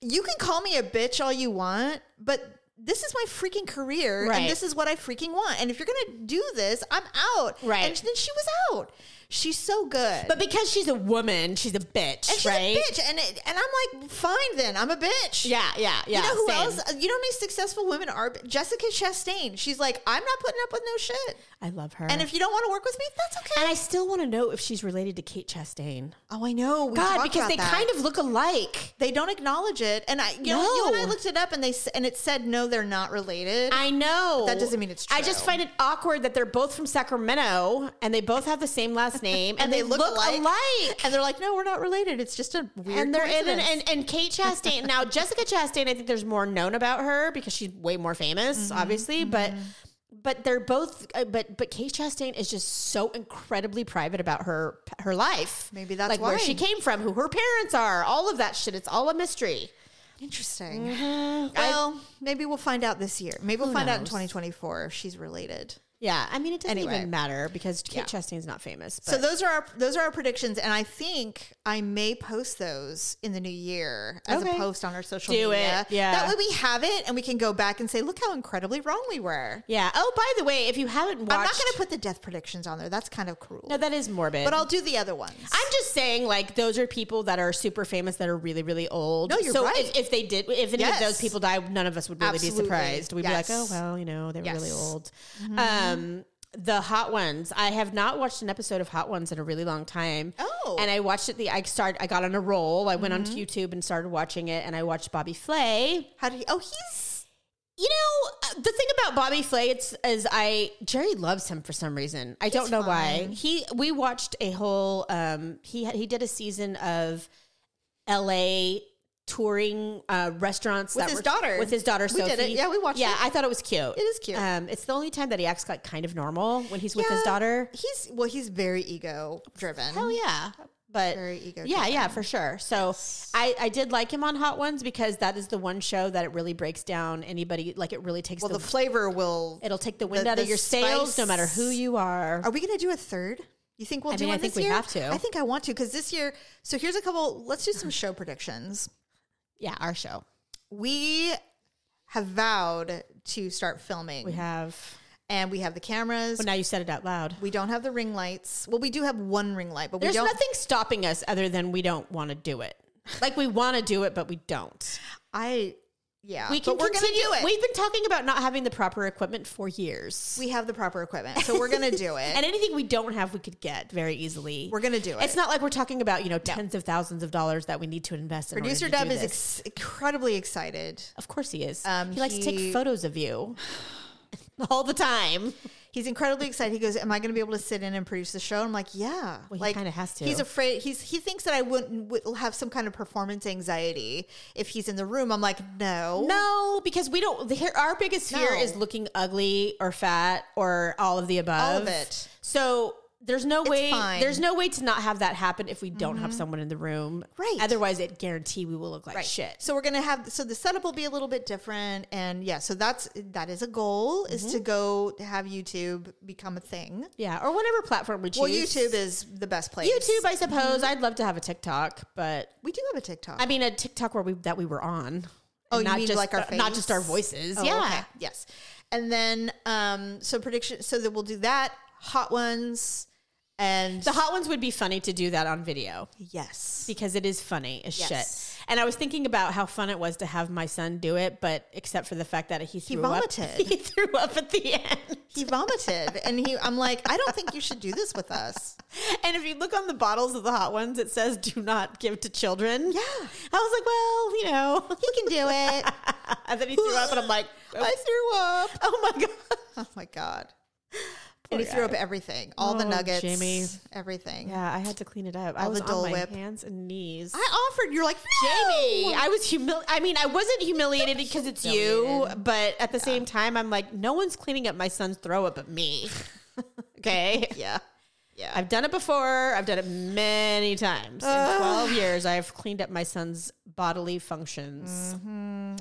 [SPEAKER 1] you can call me a bitch all you want, but this is my freaking career
[SPEAKER 2] Right.
[SPEAKER 1] and this is what I freaking want. And if you're going to do this, I'm out.
[SPEAKER 2] Right.
[SPEAKER 1] And then she was out. She's so good.
[SPEAKER 2] But because she's a woman, she's a bitch,
[SPEAKER 1] and she's
[SPEAKER 2] right?
[SPEAKER 1] a bitch. And, it, and I'm like, fine then. I'm a bitch.
[SPEAKER 2] Yeah, yeah, yeah.
[SPEAKER 1] You know who
[SPEAKER 2] same.
[SPEAKER 1] else? Uh, You know how many successful women are? Jessica Chastain. She's like, I'm not putting up with no shit.
[SPEAKER 2] I love her.
[SPEAKER 1] And if you don't want to work with me, that's okay.
[SPEAKER 2] and I still want to know if she's related to Kate Chastain.
[SPEAKER 1] oh, I know. We
[SPEAKER 2] God,
[SPEAKER 1] talked
[SPEAKER 2] because
[SPEAKER 1] about
[SPEAKER 2] they
[SPEAKER 1] that.
[SPEAKER 2] kind of look alike.
[SPEAKER 1] they don't acknowledge it. And I, you know, you and I
[SPEAKER 2] No.
[SPEAKER 1] looked it up, and they s- and it said no, they're not related.
[SPEAKER 2] I know.
[SPEAKER 1] that doesn't mean it's
[SPEAKER 2] I just
[SPEAKER 1] true.
[SPEAKER 2] find it awkward that they're both from Sacramento and they both have the same last name and, they, look, alike.
[SPEAKER 1] And they're like, no, we're not related. It's just a weird.
[SPEAKER 2] and they're in an,
[SPEAKER 1] coincidence."
[SPEAKER 2] and and Kate Chastain now Jessica Chastain I think there's more known about her because she's way more famous
[SPEAKER 1] Mm-hmm.
[SPEAKER 2] obviously but but they're both uh, but but Kate Chastain is just so incredibly private about her her life
[SPEAKER 1] Maybe that's
[SPEAKER 2] like
[SPEAKER 1] why.
[SPEAKER 2] where she came from who her parents are all of that shit it's all a mystery
[SPEAKER 1] interesting.
[SPEAKER 2] Mm-hmm.
[SPEAKER 1] Uh, Well, maybe we'll find out this year. Maybe we'll find out in 2024 if she's related.
[SPEAKER 2] yeah I mean it doesn't
[SPEAKER 1] Anyway.
[SPEAKER 2] even matter because Kate Chastain's not famous but
[SPEAKER 1] So those are our those are our predictions, and I think I may post those in the new year as a
[SPEAKER 2] Okay.
[SPEAKER 1] post on our social
[SPEAKER 2] Do
[SPEAKER 1] media.
[SPEAKER 2] it, yeah.
[SPEAKER 1] that way we have it, and we can go back and say, look how incredibly wrong we were.
[SPEAKER 2] yeah oh by the way if you haven't watched
[SPEAKER 1] I'm not going to put the death predictions on there. That's kind of cruel.
[SPEAKER 2] no that is morbid
[SPEAKER 1] but I'll do the other ones.
[SPEAKER 2] I'm just saying, like, those are people that are super famous that are really, really old.
[SPEAKER 1] No, you're
[SPEAKER 2] so
[SPEAKER 1] right.
[SPEAKER 2] If, if they did, if any
[SPEAKER 1] Yes.
[SPEAKER 2] of those people died, none of us would really
[SPEAKER 1] Absolutely.
[SPEAKER 2] be surprised. We'd
[SPEAKER 1] Yes.
[SPEAKER 2] be like, oh, well, you know, they were really
[SPEAKER 1] Yes. Mm-hmm.
[SPEAKER 2] old. Um, the Hot Ones. I have not watched an episode of Hot Ones in a really long time.
[SPEAKER 1] Oh. Mm-hmm.
[SPEAKER 2] And I watched it, the, I started, I got on a roll. I went onto YouTube and started watching it, and I watched Bobby Flay.
[SPEAKER 1] How did he? Oh, he's
[SPEAKER 2] You know, uh, the thing about Bobby Flay it's, is I Jerry loves him for some reason. I don't know why. He we watched a whole um he had, he did a season of LA touring uh restaurants
[SPEAKER 1] With
[SPEAKER 2] that
[SPEAKER 1] his
[SPEAKER 2] were-
[SPEAKER 1] daughter.
[SPEAKER 2] with his daughter
[SPEAKER 1] We
[SPEAKER 2] Sophie.
[SPEAKER 1] did it. Yeah, we watched
[SPEAKER 2] Yeah,
[SPEAKER 1] it.
[SPEAKER 2] I thought it was cute. It
[SPEAKER 1] is cute.
[SPEAKER 2] Um it's the only time that he acts like kind of normal when he's with his
[SPEAKER 1] Yeah.
[SPEAKER 2] daughter.
[SPEAKER 1] he's well, he's very ego driven.
[SPEAKER 2] Hell yeah. But
[SPEAKER 1] Very ego-driven.
[SPEAKER 2] yeah, yeah, for sure. So I, I did like him on Hot Ones because that is the one show that it really breaks down anybody like it really takes
[SPEAKER 1] Well,
[SPEAKER 2] the
[SPEAKER 1] the flavor will.
[SPEAKER 2] It'll take the wind
[SPEAKER 1] The-
[SPEAKER 2] out
[SPEAKER 1] the
[SPEAKER 2] of your sails, no
[SPEAKER 1] spice.
[SPEAKER 2] matter who you are.
[SPEAKER 1] Are we going to do a third? You think we'll
[SPEAKER 2] I
[SPEAKER 1] do
[SPEAKER 2] mean,
[SPEAKER 1] one
[SPEAKER 2] I think
[SPEAKER 1] this
[SPEAKER 2] we
[SPEAKER 1] year?
[SPEAKER 2] have to.
[SPEAKER 1] I think I want to because this year. So here's a couple. Let's do some show predictions.
[SPEAKER 2] yeah, our show.
[SPEAKER 1] We have vowed to start filming,
[SPEAKER 2] We have.
[SPEAKER 1] and we have the cameras.
[SPEAKER 2] Well, now you said it out loud.
[SPEAKER 1] we don't have the ring lights. Well, we do have one ring light, but
[SPEAKER 2] There's
[SPEAKER 1] we don't.
[SPEAKER 2] nothing stopping us other than we don't want to do it. Like we want to do it, but we don't.
[SPEAKER 1] I yeah,
[SPEAKER 2] We can
[SPEAKER 1] but we're going to
[SPEAKER 2] continue.
[SPEAKER 1] do it.
[SPEAKER 2] We've been talking about not having the proper equipment for years,
[SPEAKER 1] we have the proper equipment, so we're going to do it.
[SPEAKER 2] and anything we don't have, we could get very easily.
[SPEAKER 1] we're going to do it.
[SPEAKER 2] It's not like we're talking about you know tens of thousands of dollars that we need to invest. in order
[SPEAKER 1] Producer
[SPEAKER 2] to do
[SPEAKER 1] Dub is ex-
[SPEAKER 2] this.
[SPEAKER 1] incredibly excited.
[SPEAKER 2] of course he is.
[SPEAKER 1] Um,
[SPEAKER 2] he likes to
[SPEAKER 1] he-
[SPEAKER 2] take photos of you all the time.
[SPEAKER 1] He's incredibly excited. He goes, "Am I going to be able to sit in and produce the show?" I'm like, "Yeah."
[SPEAKER 2] he
[SPEAKER 1] like,
[SPEAKER 2] kinda has to.
[SPEAKER 1] He's afraid. He's he thinks that I wouldn't would have some kind of performance anxiety if he's in the room. I'm like, "No,
[SPEAKER 2] No, because we don't. The, our biggest fear
[SPEAKER 1] No.
[SPEAKER 2] is looking ugly or fat or all of the above.
[SPEAKER 1] All of it.
[SPEAKER 2] So there's no way.
[SPEAKER 1] fine. Mm-hmm.
[SPEAKER 2] There's no way to not have that happen if we don't have someone in the room.
[SPEAKER 1] Right.
[SPEAKER 2] Otherwise, it guarantee we will look like shit.
[SPEAKER 1] So we're gonna have so the setup will be a little bit different, and yeah, so that's that is a goal is
[SPEAKER 2] Mm-hmm.
[SPEAKER 1] to go to have YouTube become a thing.
[SPEAKER 2] Yeah, or whatever platform we choose.
[SPEAKER 1] Well, YouTube Mm-hmm. is the best place.
[SPEAKER 2] YouTube, I suppose. I'd love to have a TikTok, but
[SPEAKER 1] we do have a TikTok.
[SPEAKER 2] I mean a TikTok where we that we were on.
[SPEAKER 1] Oh,
[SPEAKER 2] And
[SPEAKER 1] you mean
[SPEAKER 2] just,
[SPEAKER 1] like our
[SPEAKER 2] not just our
[SPEAKER 1] face?
[SPEAKER 2] voices.
[SPEAKER 1] Oh,
[SPEAKER 2] yeah.
[SPEAKER 1] okay. Yes. And then um so prediction so that we'll do that. hot ones and
[SPEAKER 2] The hot ones would be funny to do that on video
[SPEAKER 1] yes.
[SPEAKER 2] because it is funny as
[SPEAKER 1] Yes.
[SPEAKER 2] shit. And I was thinking about how fun it was to have my son do it, but except for the fact that he threw up,
[SPEAKER 1] vomited.
[SPEAKER 2] he threw up at the end.
[SPEAKER 1] He vomited and he I'm like, I don't think you should do this with us.
[SPEAKER 2] And if you look on the bottles of the hot ones, it says "Do not give to children."
[SPEAKER 1] Yeah.
[SPEAKER 2] I was like, well, you know.
[SPEAKER 1] He can do it.
[SPEAKER 2] and then he threw up, and I'm like,
[SPEAKER 1] I threw up.
[SPEAKER 2] oh my god.
[SPEAKER 1] Oh my god. and he threw up everything. All the
[SPEAKER 2] Oh,
[SPEAKER 1] nuggets.
[SPEAKER 2] Jamie.
[SPEAKER 1] Everything.
[SPEAKER 2] Yeah, I had to clean it up. I
[SPEAKER 1] All
[SPEAKER 2] was
[SPEAKER 1] the Dole
[SPEAKER 2] on my
[SPEAKER 1] Whip.
[SPEAKER 2] hands and knees.
[SPEAKER 1] I offered, you're like,
[SPEAKER 2] Jamie,
[SPEAKER 1] "No!"
[SPEAKER 2] I was humil. I mean, I wasn't humiliated because it's you,
[SPEAKER 1] Humiliated.
[SPEAKER 2] but at the same time, I'm like, no one's cleaning up my son's throw up but me. okay,
[SPEAKER 1] Yeah. Yeah.
[SPEAKER 2] I've done it before. I've done it many times. In 12 years, I've cleaned up my son's bodily functions.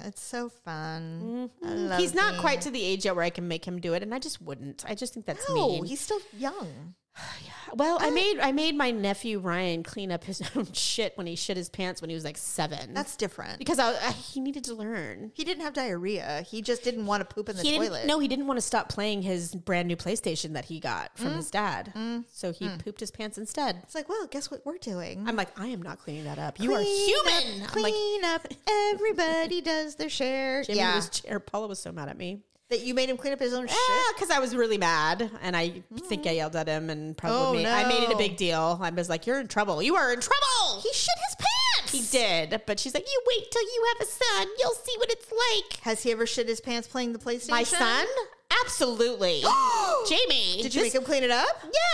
[SPEAKER 1] It's so fun. I Mm, love
[SPEAKER 2] Mm-hmm. He's not
[SPEAKER 1] being-
[SPEAKER 2] quite to the age yet where I can make him do it, and I just wouldn't. I just think that's
[SPEAKER 1] No,
[SPEAKER 2] mean.
[SPEAKER 1] he's still young.
[SPEAKER 2] Well, I made I made my nephew Ryan clean up his own shit when he shit his pants when he was like seven.
[SPEAKER 1] That's different.
[SPEAKER 2] because I, I he needed to learn.
[SPEAKER 1] he didn't have diarrhea. He just didn't want to poop in the
[SPEAKER 2] He didn't.
[SPEAKER 1] toilet.
[SPEAKER 2] No, he didn't want to stop playing his brand new PlayStation that he got
[SPEAKER 1] Mm.
[SPEAKER 2] from his dad. So he pooped his pants instead.
[SPEAKER 1] It's like, well, guess what we're doing?
[SPEAKER 2] I'm like, I am not cleaning that up. You are
[SPEAKER 1] Clean up,
[SPEAKER 2] human. I'm like,
[SPEAKER 1] clean up. Everybody does their share.
[SPEAKER 2] Jimmy
[SPEAKER 1] yeah.
[SPEAKER 2] was, or Paula was so mad at me.
[SPEAKER 1] that you made him clean up his own shit. Mm.
[SPEAKER 2] Yeah, because Ah, I was really mad, and I think I yelled at him, and probably
[SPEAKER 1] Oh,
[SPEAKER 2] I made it
[SPEAKER 1] no.
[SPEAKER 2] a big deal. I was like, "You're in trouble. You are in trouble."
[SPEAKER 1] He shit his pants.
[SPEAKER 2] He did, but she's like, "You wait till you have a son. You'll see what it's like."
[SPEAKER 1] Has he ever shit his pants playing the PlayStation?
[SPEAKER 2] My son, absolutely. Jamie,
[SPEAKER 1] Did you
[SPEAKER 2] this-
[SPEAKER 1] make him clean it up?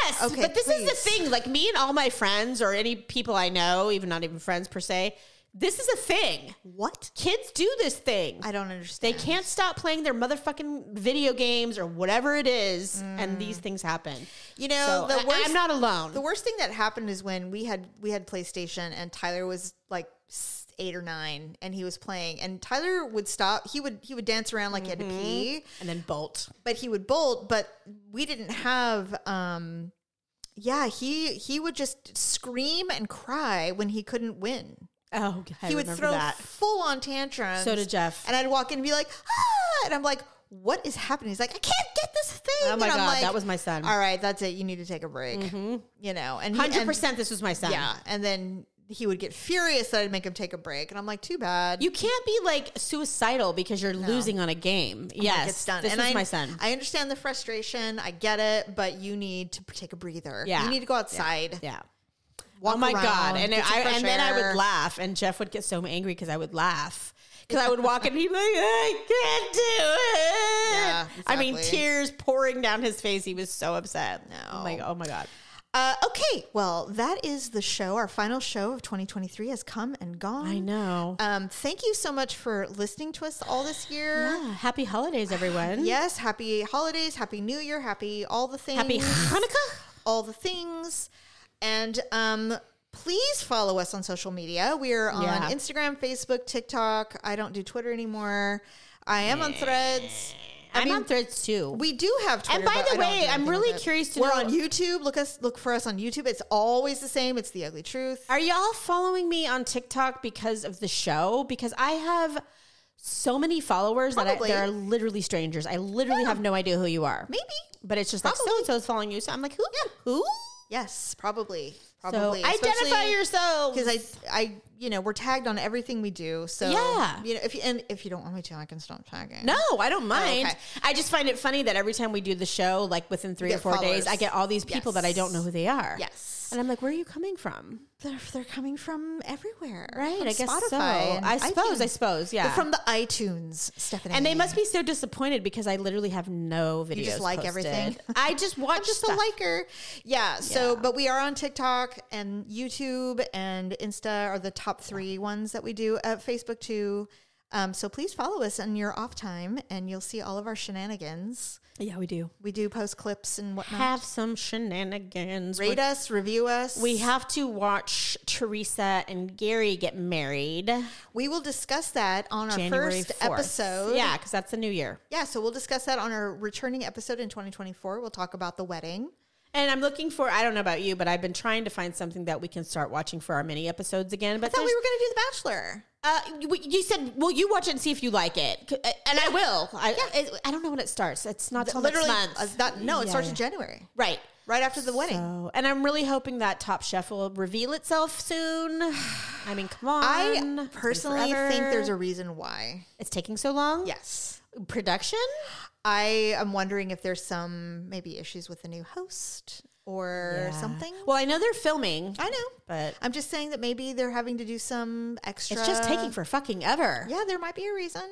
[SPEAKER 2] Yes.
[SPEAKER 1] Okay,
[SPEAKER 2] but this is the
[SPEAKER 1] please.
[SPEAKER 2] thing. Like me and all my friends, or any people I know, even not even friends per se, this is a thing.
[SPEAKER 1] What?
[SPEAKER 2] Kids do this thing.
[SPEAKER 1] I don't
[SPEAKER 2] they
[SPEAKER 1] understand.
[SPEAKER 2] can't stop playing their motherfucking video games or whatever it is, and these things happen.
[SPEAKER 1] You know,
[SPEAKER 2] so
[SPEAKER 1] Mm. the
[SPEAKER 2] I-
[SPEAKER 1] worst
[SPEAKER 2] I'm not alone.
[SPEAKER 1] The worst thing that happened is when we had we had PlayStation and Tyler was like s- eight or nine and he was playing and Tyler would stop. He would he would dance around like he had
[SPEAKER 2] Mm-hmm.
[SPEAKER 1] to pee,
[SPEAKER 2] and then bolt.
[SPEAKER 1] but he would bolt. But we didn't have. um Yeah, he he would just scream and cry when he couldn't win.
[SPEAKER 2] Oh, I
[SPEAKER 1] he would
[SPEAKER 2] remember
[SPEAKER 1] throw
[SPEAKER 2] that.
[SPEAKER 1] full on tantrums.
[SPEAKER 2] So did Jeff.
[SPEAKER 1] And I'd walk in and be like, ah, and I'm like, what is happening? He's like, I can't get this thing.
[SPEAKER 2] Oh my
[SPEAKER 1] and I'm
[SPEAKER 2] god,
[SPEAKER 1] like,
[SPEAKER 2] that was my son. Mm-hmm.
[SPEAKER 1] All right, that's it. You need to take a break. You know, and he- and-
[SPEAKER 2] Hundred percent, this was my son.
[SPEAKER 1] yeah, and then he would get furious that I'd make him take a break, and I'm like, too bad.
[SPEAKER 2] You can't be like suicidal because you're losing on a game. yes,
[SPEAKER 1] Oh it's done.
[SPEAKER 2] this
[SPEAKER 1] and
[SPEAKER 2] was
[SPEAKER 1] I,
[SPEAKER 2] my son.
[SPEAKER 1] I understand the frustration. I get it, but you need to take a breather.
[SPEAKER 2] Yeah.
[SPEAKER 1] you need to go outside.
[SPEAKER 2] yeah.
[SPEAKER 1] Walk
[SPEAKER 2] oh my god!
[SPEAKER 1] around,
[SPEAKER 2] And
[SPEAKER 1] get some
[SPEAKER 2] I,
[SPEAKER 1] fresh
[SPEAKER 2] and then I
[SPEAKER 1] air.
[SPEAKER 2] would laugh, and Jeff would get so angry because I would laugh because I would walk in and he'd be like, "I can't do it."
[SPEAKER 1] Yeah,
[SPEAKER 2] I mean,
[SPEAKER 1] exactly.
[SPEAKER 2] tears pouring down his face. He was so upset.
[SPEAKER 1] No.
[SPEAKER 2] Oh my, oh my god!
[SPEAKER 1] Uh, okay, well, that is the show. Our final show of 2023 has come and gone.
[SPEAKER 2] I know.
[SPEAKER 1] Um, thank you so much for listening to us all this year.
[SPEAKER 2] yeah. Ah, Happy holidays, everyone.
[SPEAKER 1] Yes, happy holidays, happy New Year, happy all the things,
[SPEAKER 2] Happy Hanukkah.
[SPEAKER 1] all the things, and um, please follow us on social media. We are on
[SPEAKER 2] Yeah.
[SPEAKER 1] Instagram, Facebook, TikTok. I don't do Twitter anymore. I am on Threads.
[SPEAKER 2] I'm on threads too.
[SPEAKER 1] We do have Twitter.
[SPEAKER 2] And by
[SPEAKER 1] but
[SPEAKER 2] the
[SPEAKER 1] I don't
[SPEAKER 2] way,
[SPEAKER 1] do
[SPEAKER 2] I'm
[SPEAKER 1] anything
[SPEAKER 2] really
[SPEAKER 1] with it.
[SPEAKER 2] curious to
[SPEAKER 1] We're
[SPEAKER 2] know-
[SPEAKER 1] on YouTube. Look us look for us on YouTube. It's always the same. It's the ugly truth.
[SPEAKER 2] Are y'all following me on TikTok because of the show? Because I have so many followers
[SPEAKER 1] Probably.
[SPEAKER 2] that I, they are literally strangers. I literally have no idea who you are.
[SPEAKER 1] Maybe.
[SPEAKER 2] But it's just like so and so is following you. So I'm like, who? Who?
[SPEAKER 1] Yes, probably.
[SPEAKER 2] So
[SPEAKER 1] Probably.
[SPEAKER 2] identify
[SPEAKER 1] Especially-
[SPEAKER 2] yourself.
[SPEAKER 1] because I, I, you know, we're tagged on everything we do. So
[SPEAKER 2] Yeah.
[SPEAKER 1] you know, if you, and if you don't want me to, I can stop tagging.
[SPEAKER 2] No, I don't mind.
[SPEAKER 1] okay.
[SPEAKER 2] I just find it funny that every time we do the show, like within three
[SPEAKER 1] You
[SPEAKER 2] or
[SPEAKER 1] get
[SPEAKER 2] four days,
[SPEAKER 1] followers.
[SPEAKER 2] I get all these people that I don't know who they are.
[SPEAKER 1] Yes.
[SPEAKER 2] And I'm like, where are you coming from?
[SPEAKER 1] they're they're coming from everywhere,
[SPEAKER 2] Right.
[SPEAKER 1] From
[SPEAKER 2] I guess
[SPEAKER 1] Spotify
[SPEAKER 2] so.
[SPEAKER 1] and
[SPEAKER 2] I suppose. I
[SPEAKER 1] iTunes.
[SPEAKER 2] suppose. Yeah.
[SPEAKER 1] They're from the iTunes, Stephanie,
[SPEAKER 2] And they must be so disappointed because I literally have no videos.
[SPEAKER 1] just like
[SPEAKER 2] posted.
[SPEAKER 1] everything?
[SPEAKER 2] I just watch
[SPEAKER 1] I'm just
[SPEAKER 2] stuff.
[SPEAKER 1] a liker. Yeah. So,
[SPEAKER 2] Yeah.
[SPEAKER 1] but we are on TikTok and YouTube and Insta are the top three ones that we do. Uh, Facebook too. Um, so please follow us on your off time, and you'll see all of our shenanigans.
[SPEAKER 2] Yeah, we do.
[SPEAKER 1] We do post clips and whatnot.
[SPEAKER 2] Have some shenanigans.
[SPEAKER 1] Rate us, review us.
[SPEAKER 2] we have to watch Teresa and Gary get married.
[SPEAKER 1] We will discuss that on our
[SPEAKER 2] January
[SPEAKER 1] first
[SPEAKER 2] 4th.
[SPEAKER 1] episode.
[SPEAKER 2] Yeah, because that's the new year.
[SPEAKER 1] Yeah, so we'll discuss that on our returning episode in 2024. We'll talk about the wedding.
[SPEAKER 2] And I'm looking for, I don't know about you, but I've been trying to find something that we can start watching for our mini episodes again. But
[SPEAKER 1] I thought we
[SPEAKER 2] there's-
[SPEAKER 1] were going to do The Bachelor.
[SPEAKER 2] Uh, you, you said, "Well, you watch it and see if you like it," C- uh, and I will. I, I I don't know when it starts. It's not till
[SPEAKER 1] Literally,
[SPEAKER 2] next month,
[SPEAKER 1] it's not- no, it
[SPEAKER 2] Yeah,
[SPEAKER 1] starts in
[SPEAKER 2] yeah.
[SPEAKER 1] January,
[SPEAKER 2] right?
[SPEAKER 1] right after the wedding.
[SPEAKER 2] So, Oh, and I'm really hoping that Top Chef will reveal itself soon. I mean, come on. It's
[SPEAKER 1] I
[SPEAKER 2] been
[SPEAKER 1] personally think
[SPEAKER 2] forever.
[SPEAKER 1] there's a reason why.
[SPEAKER 2] It's taking so long.
[SPEAKER 1] Yes.
[SPEAKER 2] Production.
[SPEAKER 1] I am wondering if there's some maybe issues with the new host or
[SPEAKER 2] Yeah.
[SPEAKER 1] something.
[SPEAKER 2] Well, I know they're filming,
[SPEAKER 1] I know.
[SPEAKER 2] but
[SPEAKER 1] I'm just saying that maybe they're having to do some extra.
[SPEAKER 2] it's just taking for fucking ever.
[SPEAKER 1] Yeah, there might be a reason.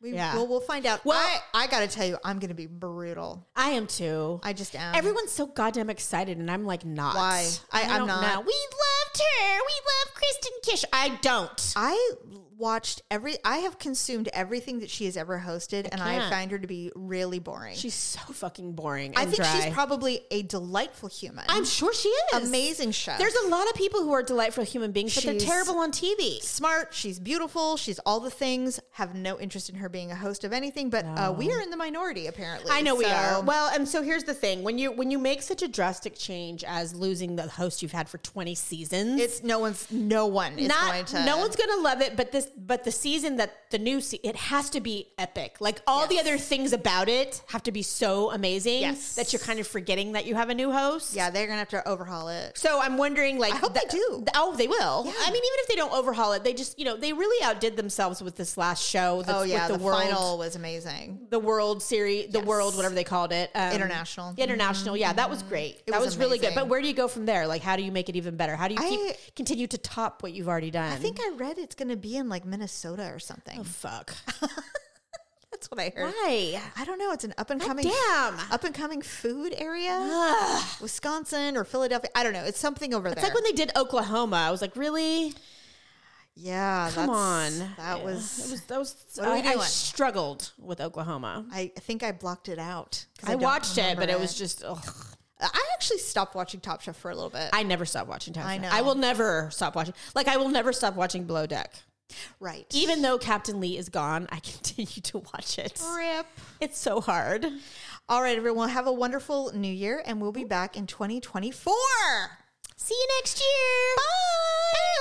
[SPEAKER 1] We,
[SPEAKER 2] Yeah.
[SPEAKER 1] Well, we'll find out.
[SPEAKER 2] Well-
[SPEAKER 1] I, I got to tell you, I'm going to be brutal.
[SPEAKER 2] I am too.
[SPEAKER 1] I just am.
[SPEAKER 2] Everyone's so goddamn excited, and I'm like not.
[SPEAKER 1] Why? I- I'm
[SPEAKER 2] don't
[SPEAKER 1] not.
[SPEAKER 2] Know. We loved her. We love Kristen Kish. I don't.
[SPEAKER 1] I watched every. I have consumed everything that she has ever hosted, and I
[SPEAKER 2] can't.
[SPEAKER 1] find her to be really boring.
[SPEAKER 2] She's so fucking boring.
[SPEAKER 1] I think
[SPEAKER 2] dry.
[SPEAKER 1] she's probably a delightful human.
[SPEAKER 2] I'm sure she is.
[SPEAKER 1] amazing chef.
[SPEAKER 2] There's a lot of people who are delightful human beings, but they're
[SPEAKER 1] She's-
[SPEAKER 2] terrible on TV.
[SPEAKER 1] smart. She's beautiful. She's all the things. Have no interest in her being a host of anything. But uh, we are in the minority, apparently.
[SPEAKER 2] I know we
[SPEAKER 1] So-
[SPEAKER 2] are. Well, and so here's the thing: when you when you make such a drastic change as losing the host you've had for 20 seasons,
[SPEAKER 1] it's no one's. No one is going
[SPEAKER 2] not
[SPEAKER 1] to.
[SPEAKER 2] no one's going to love it. But this, but the season that the new se- it has to be epic. Like all the
[SPEAKER 1] Yes.
[SPEAKER 2] other things about it have to be so amazing
[SPEAKER 1] Yes.
[SPEAKER 2] that you're kind of forgetting that you have a new host.
[SPEAKER 1] Yeah, they're gonna have to overhaul it.
[SPEAKER 2] So I'm wondering, like, I
[SPEAKER 1] hope they do.
[SPEAKER 2] oh, they will.
[SPEAKER 1] Yeah.
[SPEAKER 2] I mean, even if they don't overhaul it, they just, you know, they really outdid themselves with this last show. That's
[SPEAKER 1] Oh yeah,
[SPEAKER 2] with
[SPEAKER 1] the,
[SPEAKER 2] the, world,
[SPEAKER 1] final was amazing.
[SPEAKER 2] the world series, the
[SPEAKER 1] Yes.
[SPEAKER 2] world, whatever they called it, um,
[SPEAKER 1] International. Mm-hmm.
[SPEAKER 2] The international. Yeah, that was great. that was,
[SPEAKER 1] was
[SPEAKER 2] really good.
[SPEAKER 1] amazing.
[SPEAKER 2] But where do you go from there? Like, how do you make it even better? How do you
[SPEAKER 1] I-
[SPEAKER 2] keep continue to top what you've already done?
[SPEAKER 1] I think I read it's gonna be in like Minnesota or something.
[SPEAKER 2] fuck.
[SPEAKER 1] That's what I heard.
[SPEAKER 2] Why?
[SPEAKER 1] I don't know. It's an up and coming,
[SPEAKER 2] damn.
[SPEAKER 1] up and coming food area,
[SPEAKER 2] Ugh.
[SPEAKER 1] Wisconsin or Philadelphia. I don't know. It's something over
[SPEAKER 2] It's
[SPEAKER 1] there.
[SPEAKER 2] like when they did Oklahoma. I was like, really?
[SPEAKER 1] yeah,
[SPEAKER 2] Come
[SPEAKER 1] that's-
[SPEAKER 2] on.
[SPEAKER 1] That
[SPEAKER 2] Yeah.
[SPEAKER 1] was,
[SPEAKER 2] It was. That was.
[SPEAKER 1] What are we
[SPEAKER 2] I, I
[SPEAKER 1] doing?
[SPEAKER 2] struggled with Oklahoma.
[SPEAKER 1] I think I blocked it out. 'cause
[SPEAKER 2] I,
[SPEAKER 1] don't
[SPEAKER 2] watched it,
[SPEAKER 1] remember
[SPEAKER 2] but it was just. Ugh.
[SPEAKER 1] I actually stopped watching Top Chef for a little bit.
[SPEAKER 2] I never stop watching Top
[SPEAKER 1] I
[SPEAKER 2] Chef.
[SPEAKER 1] know.
[SPEAKER 2] I will never stop watching. Like I will never stop watching Below Deck.
[SPEAKER 1] right.
[SPEAKER 2] Even though Captain Lee is gone, I continue to watch it.
[SPEAKER 1] rip.
[SPEAKER 2] It's so hard.
[SPEAKER 1] All right, everyone. Have a wonderful New Year, and we'll be back in 2024.
[SPEAKER 2] See you next year. Bye.